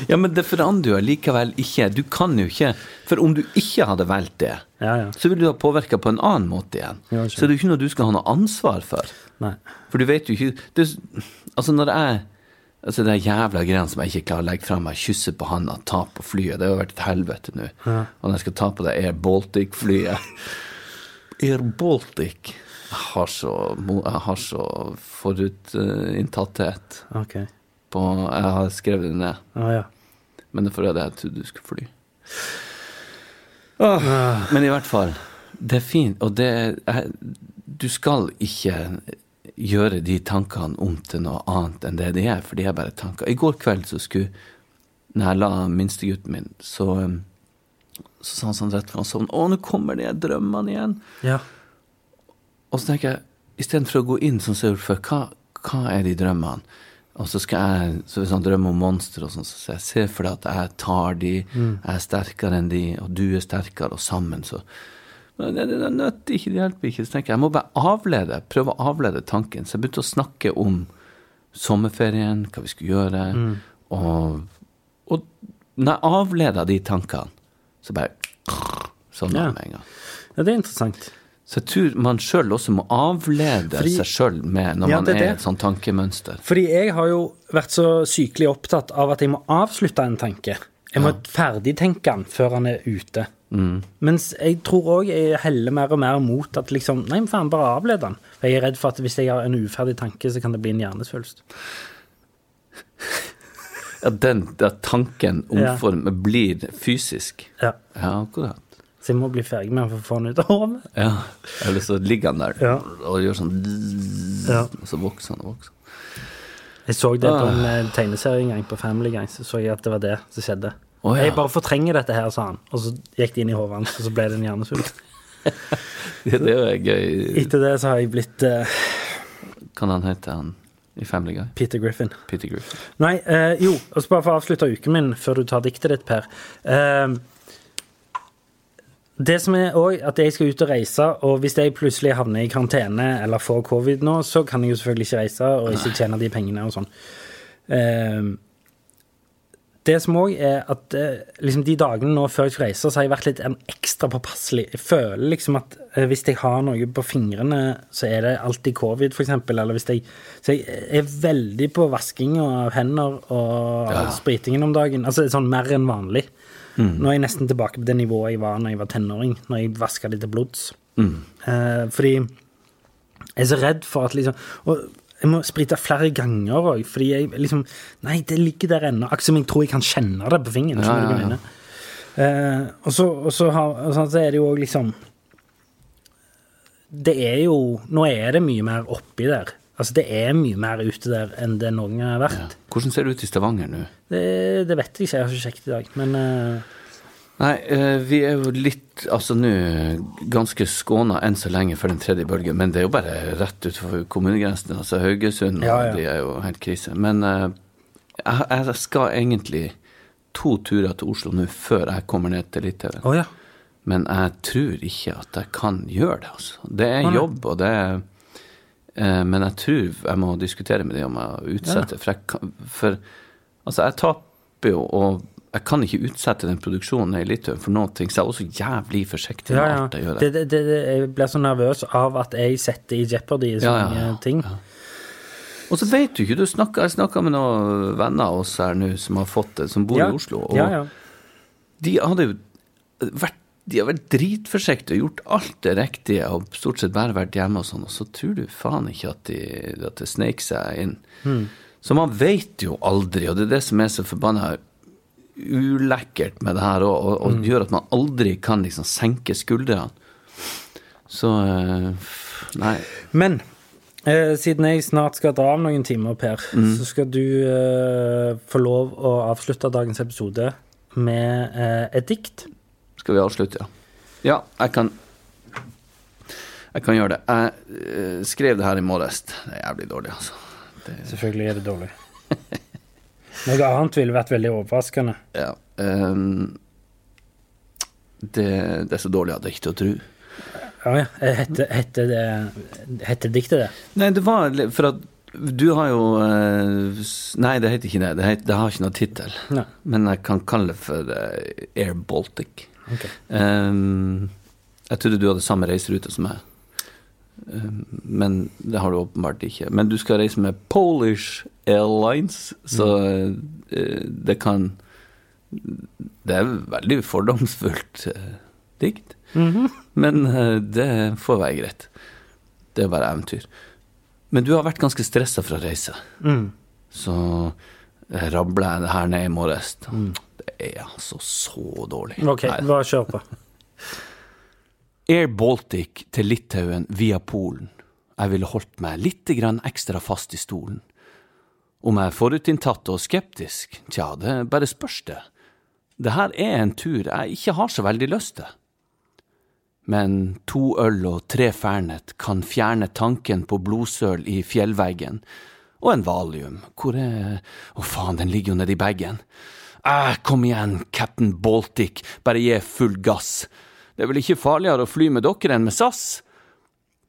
Speaker 3: Ja, men det forandrer jo likevel ikke. Du kan jo ikke For om du ikke hadde valgt det,
Speaker 6: Ja, ja.
Speaker 3: så ville du ha påvirka på en annen måte igjen.
Speaker 6: Ja, skjønner.
Speaker 3: så det er jo ikke noe du skal ha noe ansvar for.
Speaker 6: Nei.
Speaker 3: For du vet jo ikke det, er s- Altså, når jeg Altså, det er jævla greiene som jeg ikke klarer å legge fra meg, kysse på handa, ta på flyet, det har jo vært et helvete nå. Og når jeg skal ta på det Air Baltic-flyet [laughs] Air Baltic Jeg har så, mo- jeg har så forutinntatthet
Speaker 6: OK.
Speaker 3: på Jeg har skrevet det ned,
Speaker 6: Å ja.
Speaker 3: men det er fordi jeg trodde du skulle fly. Men i hvert fall, det er fint, og det er jeg- Du skal ikke gjøre de tankene om til noe annet enn det de er, for de er bare tanker. I går kveld så skulle Når jeg la minstegutten min, så, um, så sa han sånn rett før han sovnet Å, nå kommer de her drømmene igjen.
Speaker 6: ja.
Speaker 3: Og så tenker jeg, istedenfor å gå inn sånn som jeg gjorde før, hva, hva er de drømmene? Og så skal jeg, så hvis han drømmer om monstre og sånn, så sier jeg, se for deg at jeg tar de, jeg er sterkere enn de, og du er sterkere, og sammen så Men Det, det, det nøtter ikke, det hjelper ikke. Så tenker jeg jeg må bare avlede, prøve å avlede tanken. Så jeg begynte å snakke om sommerferien, hva vi skulle gjøre. Og, og når jeg avleda de tankene, så bare Sånn var det med en gang.
Speaker 6: Ja, det er interessant.
Speaker 3: Så jeg tror man sjøl også må avlede
Speaker 6: Fordi-
Speaker 3: seg sjøl med når
Speaker 6: Ja,
Speaker 3: man
Speaker 6: det
Speaker 3: er
Speaker 6: er
Speaker 3: i
Speaker 6: det.
Speaker 3: et sånt tankemønster.
Speaker 6: Fordi jeg har jo vært så sykelig opptatt av at jeg må avslutte en tanke. Jeg må ferdigtenke den før han er ute.
Speaker 3: Mm.
Speaker 6: Mens jeg tror òg jeg heller mer og mer mot at liksom Nei, men faen, bare avled den. For jeg er redd for at hvis jeg har en uferdig tanke, så kan det bli en hjernesvulst.
Speaker 3: Ja, den, den tanken
Speaker 6: Ja.
Speaker 3: omformer blir fysisk.
Speaker 6: Ja.
Speaker 3: Ja, akkurat.
Speaker 6: Så jeg må bli ferdig med den for å få den ut av hodet.
Speaker 3: Ja. Eller så ligger han der
Speaker 6: Ja.
Speaker 3: og gjør sånn Og så vokser han og vokser.
Speaker 6: Jeg så det på en
Speaker 3: Ah.
Speaker 6: eh, tegneserie en gang, på Family Gang, så så jeg at det var det som skjedde.
Speaker 3: Å, ja.
Speaker 6: Jeg bare fortrenger dette her, sa han. Og så gikk det inn i hodet hans, og så ble det en
Speaker 3: [laughs]
Speaker 6: hjernesvulst.
Speaker 3: Det, det er jo gøy.
Speaker 6: Etter det så har jeg blitt eh,
Speaker 3: Kan han hete han i Family Guy?
Speaker 6: Peter Griffin.
Speaker 3: Peter Griffin.
Speaker 6: Nei, eh, jo, og så bare for å avslutte uken min før du tar diktet ditt, Per. Eh, det som er òg at jeg skal ut og reise, og hvis jeg plutselig havner i karantene eller får covid nå, så kan jeg jo selvfølgelig ikke reise og ikke tjene de pengene og sånn. Eh, det som òg er at eh, liksom de dagene nå før jeg skal reise, så har jeg vært litt en ekstra påpasselig. Jeg føler liksom at eh, hvis jeg har noe på fingrene, så er det alltid covid, f.eks. Eller hvis jeg Så jeg er veldig på vaskinga av hender og spritingen om dagen. Altså sånn mer enn vanlig. Nå er jeg nesten tilbake på det nivået jeg var når jeg var tenåring, når jeg vaska det til blods. Eh, fordi jeg er så redd for at liksom og jeg må sprite flere ganger òg, fordi jeg liksom Nei, det ligger der ennå. Akkurat som jeg tror jeg kan kjenne det på fingeren. skjønner du hva jeg mener? Eh, og så, og så, har, og sånn, så er det jo òg liksom Det er jo Nå er det mye mer oppi der. Altså, det er mye mer ute der enn det noen gang har vært.
Speaker 3: Hvordan ser det ut i Stavanger nå?
Speaker 6: Det, det vet jeg ikke, jeg har ikke sjekket i dag, men eh,
Speaker 3: Nei, eh, vi er jo litt, altså nå, ganske skåna enn så lenge for den tredje bølgen. Men det er jo bare rett utenfor kommunegrensen. Altså Haugesund,
Speaker 6: Ja, ja.
Speaker 3: de er jo helt krise. Men eh, jeg, jeg skal egentlig to turer til Oslo nå før jeg kommer ned til Litauen.
Speaker 6: Å ja.
Speaker 3: Men jeg tror ikke at jeg kan gjøre det, altså. Det er jobb, og det er eh, Men jeg tror jeg må diskutere med dem om jeg utsetter, for jeg kan For altså, jeg taper jo, og jeg kan ikke utsette den produksjonen i Litauen for noen ting, så jeg er også jævlig forsiktig med
Speaker 6: Ja, ja.
Speaker 3: alt jeg gjør.
Speaker 6: Det, det, det, det- jeg blir så nervøs av at jeg setter i jeopardy så
Speaker 3: Ja, ja,
Speaker 6: mange
Speaker 3: ja,
Speaker 6: ting.
Speaker 3: Og så vet du ikke, du snakker, jeg snakka med noen venner av oss her nå som har fått det, som bor
Speaker 6: Ja.
Speaker 3: i Oslo, og
Speaker 6: ja, ja.
Speaker 3: de hadde jo vært de har vært dritforsiktige og gjort alt det riktige og stort sett bare vært hjemme og sånn, og så tror du faen ikke at, de, at det sneik seg inn. Så man veit jo aldri, og det er det som er så forbanna ulekkert med det her òg, og, og gjør at man aldri kan liksom senke skuldrene. Så eh, Nei.
Speaker 6: Men eh, siden jeg snart skal dra om noen timer, Per,
Speaker 3: Mm.
Speaker 6: så skal du eh, få lov å avslutte dagens episode med eh, et dikt.
Speaker 3: Skal vi avslutte, ja? Ja, jeg kan Jeg kan gjøre det. Jeg eh, skrev det her i morges. Det er jævlig dårlig, altså.
Speaker 6: Selvfølgelig er det
Speaker 3: [laughs]
Speaker 6: dårlig. Noe annet ville vært veldig overraskende.
Speaker 3: Ja. ehm, det, det er så dårlig at det ikke er til å tro.
Speaker 6: Ja, ja. Hette, hette, det, hette diktet det?
Speaker 3: Nei, det var litt- For at du har jo eh, s- Nei, det heter ikke det. Det, heter, det har ikke noe tittel.
Speaker 6: Nei.
Speaker 3: Men jeg kan kalle det for eh, Air Baltic.
Speaker 6: Ok.
Speaker 3: Ehm, jeg trodde du hadde samme reiserute som meg. Ehm, Men det har du åpenbart ikke. Men du skal reise med Polish Airlines, så
Speaker 6: Mm.
Speaker 3: eh, det kan Det er veldig fordomsfullt eh, dikt.
Speaker 6: Mhm.
Speaker 3: Men eh, det får være greit. Det er bare eventyr. Men du har vært ganske stressa for å reise. Så rabla jeg det her ned i morges. Det er altså så dårlig.
Speaker 6: OK,
Speaker 3: Nei.
Speaker 6: bare kjør på.
Speaker 3: Air Baltic til Litauen via Polen. Jeg ville holdt meg litt grann ekstra fast i stolen. Om jeg er forutinntatt og skeptisk, tja, det bare spørs det. Det her er en tur jeg ikke har så veldig lyst til. Men to øl og tre fernet kan fjerne tanken på blodsøl i fjellveggen, og en valium, hvor er… Å faen, den ligger jo nedi Ah, bagen. Æh, kom igjen, Captain Baltic, bare gi full gass. Det er vel ikke farligere å fly med dere enn med SAS?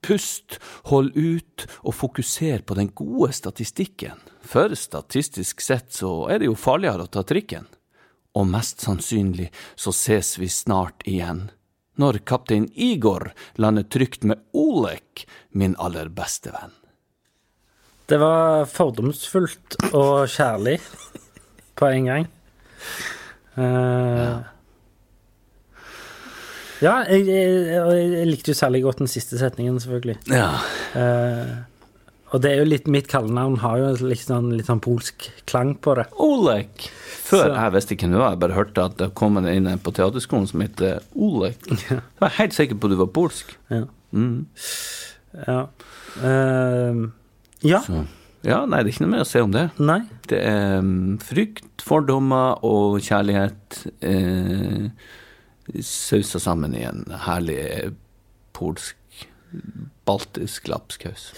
Speaker 3: Pust, hold ut, og fokuser på den gode statistikken, for statistisk sett så er det jo farligere å ta trikken. Og mest sannsynlig så ses vi snart igjen, når kaptein Igor lander trygt med Olek, min aller beste venn.
Speaker 6: Det var fordomsfullt og kjærlig på en gang. Eh, ja, jeg, jeg, jeg likte jo særlig godt den siste setningen, selvfølgelig. Eh,
Speaker 3: Ja,
Speaker 6: Og det er jo litt, mitt kallenavn har jo litt sånn, litt sånn polsk klang på det.
Speaker 3: Olek. Før
Speaker 6: Så-
Speaker 3: jeg visste ikke hvem det var, jeg bare hørte at det kom en inne på teaterskolen som heter Olek. Jeg var helt sikker på at du var polsk. Mm.
Speaker 6: Ja. Ja. Eh, ja.
Speaker 3: Ja, nei, det er ikke noe mer å si om det.
Speaker 6: Nei.
Speaker 3: Det er mm, frykt, fordommer og kjærlighet eh, sausa sammen i en herlig eh, polsk, baltisk lapskaus.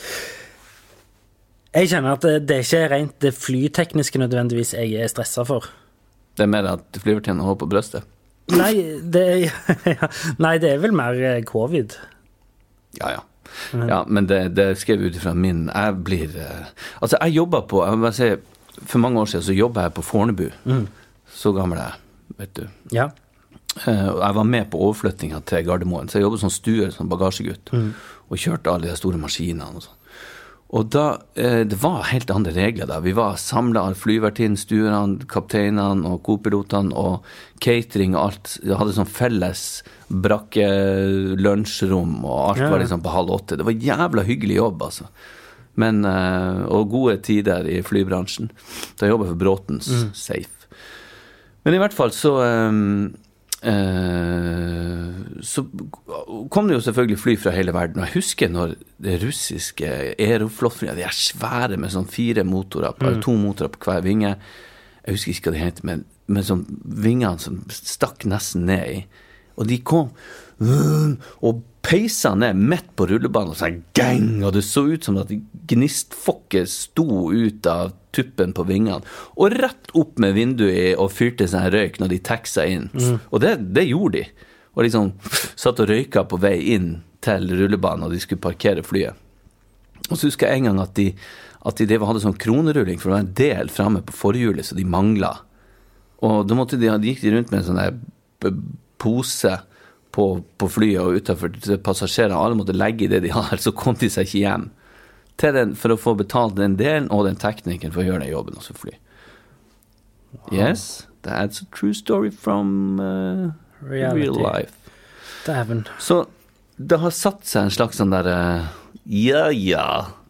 Speaker 6: Jeg kjenner at det, det er ikke rent det flytekniske nødvendigvis jeg er stressa for.
Speaker 3: Det er mer at flyvertinnen holder på brystet.
Speaker 6: Nei det, er- [laughs] nei, det er vel mer eh, covid.
Speaker 3: Ja, ja. Ja, men det, det skrev jeg ut ifra min Jeg blir eh, Altså, jeg jobba på jeg må bare si, For mange år siden så jobba jeg på Fornebu. Så gammel er jeg, vet du.
Speaker 6: Ja.
Speaker 3: Eh, og jeg var med på overflyttinga til Gardermoen, så jeg jobbet som stuer, som bagasjegutt. Og kjørte alle de store maskinene og sånn. Og da, eh, Det var helt andre regler da. Vi var samla av flyvertinnen, stuerne, kapteinene og co-pilotene og catering og alt. Vi hadde sånn felles brakke, lunsjrom og alt
Speaker 6: Ja,
Speaker 3: var
Speaker 6: ja.
Speaker 3: liksom på halv åtte. Det var jævla hyggelig jobb, altså. Men, eh, og gode tider i flybransjen. Da jobba jeg for Bråtens Safe. Men i hvert fall så ehm, eh, Så kom det jo selvfølgelig fly fra hele verden. Og jeg husker når det russiske Aeroflot-flyet, de er svære med sånn fire motorer, på- to motorer på hver vinge. Jeg husker ikke hva de het, men med sånn vingene som stakk nesten ned i. Og de kom vroom, og peisa ned midt på rullebanen, og så gang, og det så ut som at gnistfokket sto ut av tuppen på vingene, og rett opp med vinduet i, og fyrte seg en røyk når de taxa inn. Og det, det gjorde de. Og liksom satt og røyka på vei inn til rullebanen, og de skulle parkere flyet. Og så husker jeg en gang at de, at de drev og hadde sånn kronerulling, for det var en del framme på forhjulet, så de mangla. Og da måtte de, de gikk de rundt med en sånn der p- pose på, på flyet og utenfor til passasjerene. Alle måtte legge i det de har, så kom de seg ikke hjem. Til den, for å få betalt den delen og den teknikeren for å gjøre den jobben og så fly. Yes, that's a true story from uh, real
Speaker 6: Reality.
Speaker 3: life.
Speaker 6: Dæven.
Speaker 3: Så det har satt seg en slags sånn der eh, Ja, ja,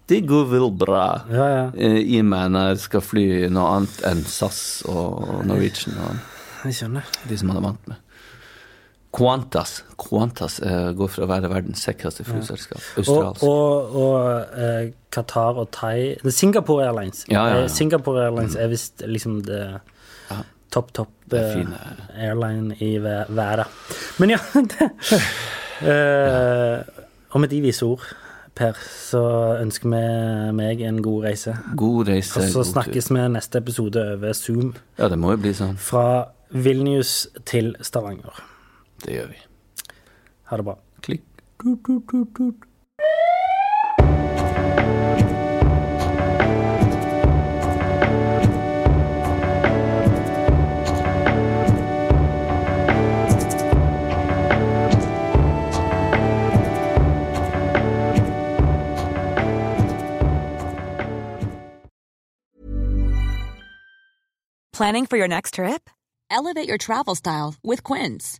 Speaker 3: det går vel bra.
Speaker 6: Ja, ja.
Speaker 3: eh, I meg når jeg skal fly noe annet enn SAS og Norwegian og
Speaker 6: Jeg skjønner.
Speaker 3: de som man er vant med. Qantas Qantas eh, går for å være verdens sikreste flyselskap.
Speaker 6: Og,
Speaker 3: Australsk.
Speaker 6: og, og eh, Qatar og Thai det er Singapore Airlines.
Speaker 3: Ja, ja, ja.
Speaker 6: Eh, Singapore Airlines er visst liksom det topp, topp
Speaker 3: Det er
Speaker 6: eh,
Speaker 3: fine.
Speaker 6: airline i ve- verden. Men ja, [laughs] det, eh, Og med de vise ord, Per, så ønsker vi meg en god reise.
Speaker 3: God reise,
Speaker 6: Og så
Speaker 3: god tur.
Speaker 6: snakkes vi neste episode over Zoom
Speaker 3: Ja, det må jo bli sånn.
Speaker 6: fra Vilnius til Stavanger.
Speaker 3: Det gjør vi.
Speaker 6: Ha det bra.
Speaker 3: Klikk. Tut, tut, tut, tut.
Speaker 7: Planning for your next trip? Elevate your travel style with Quince.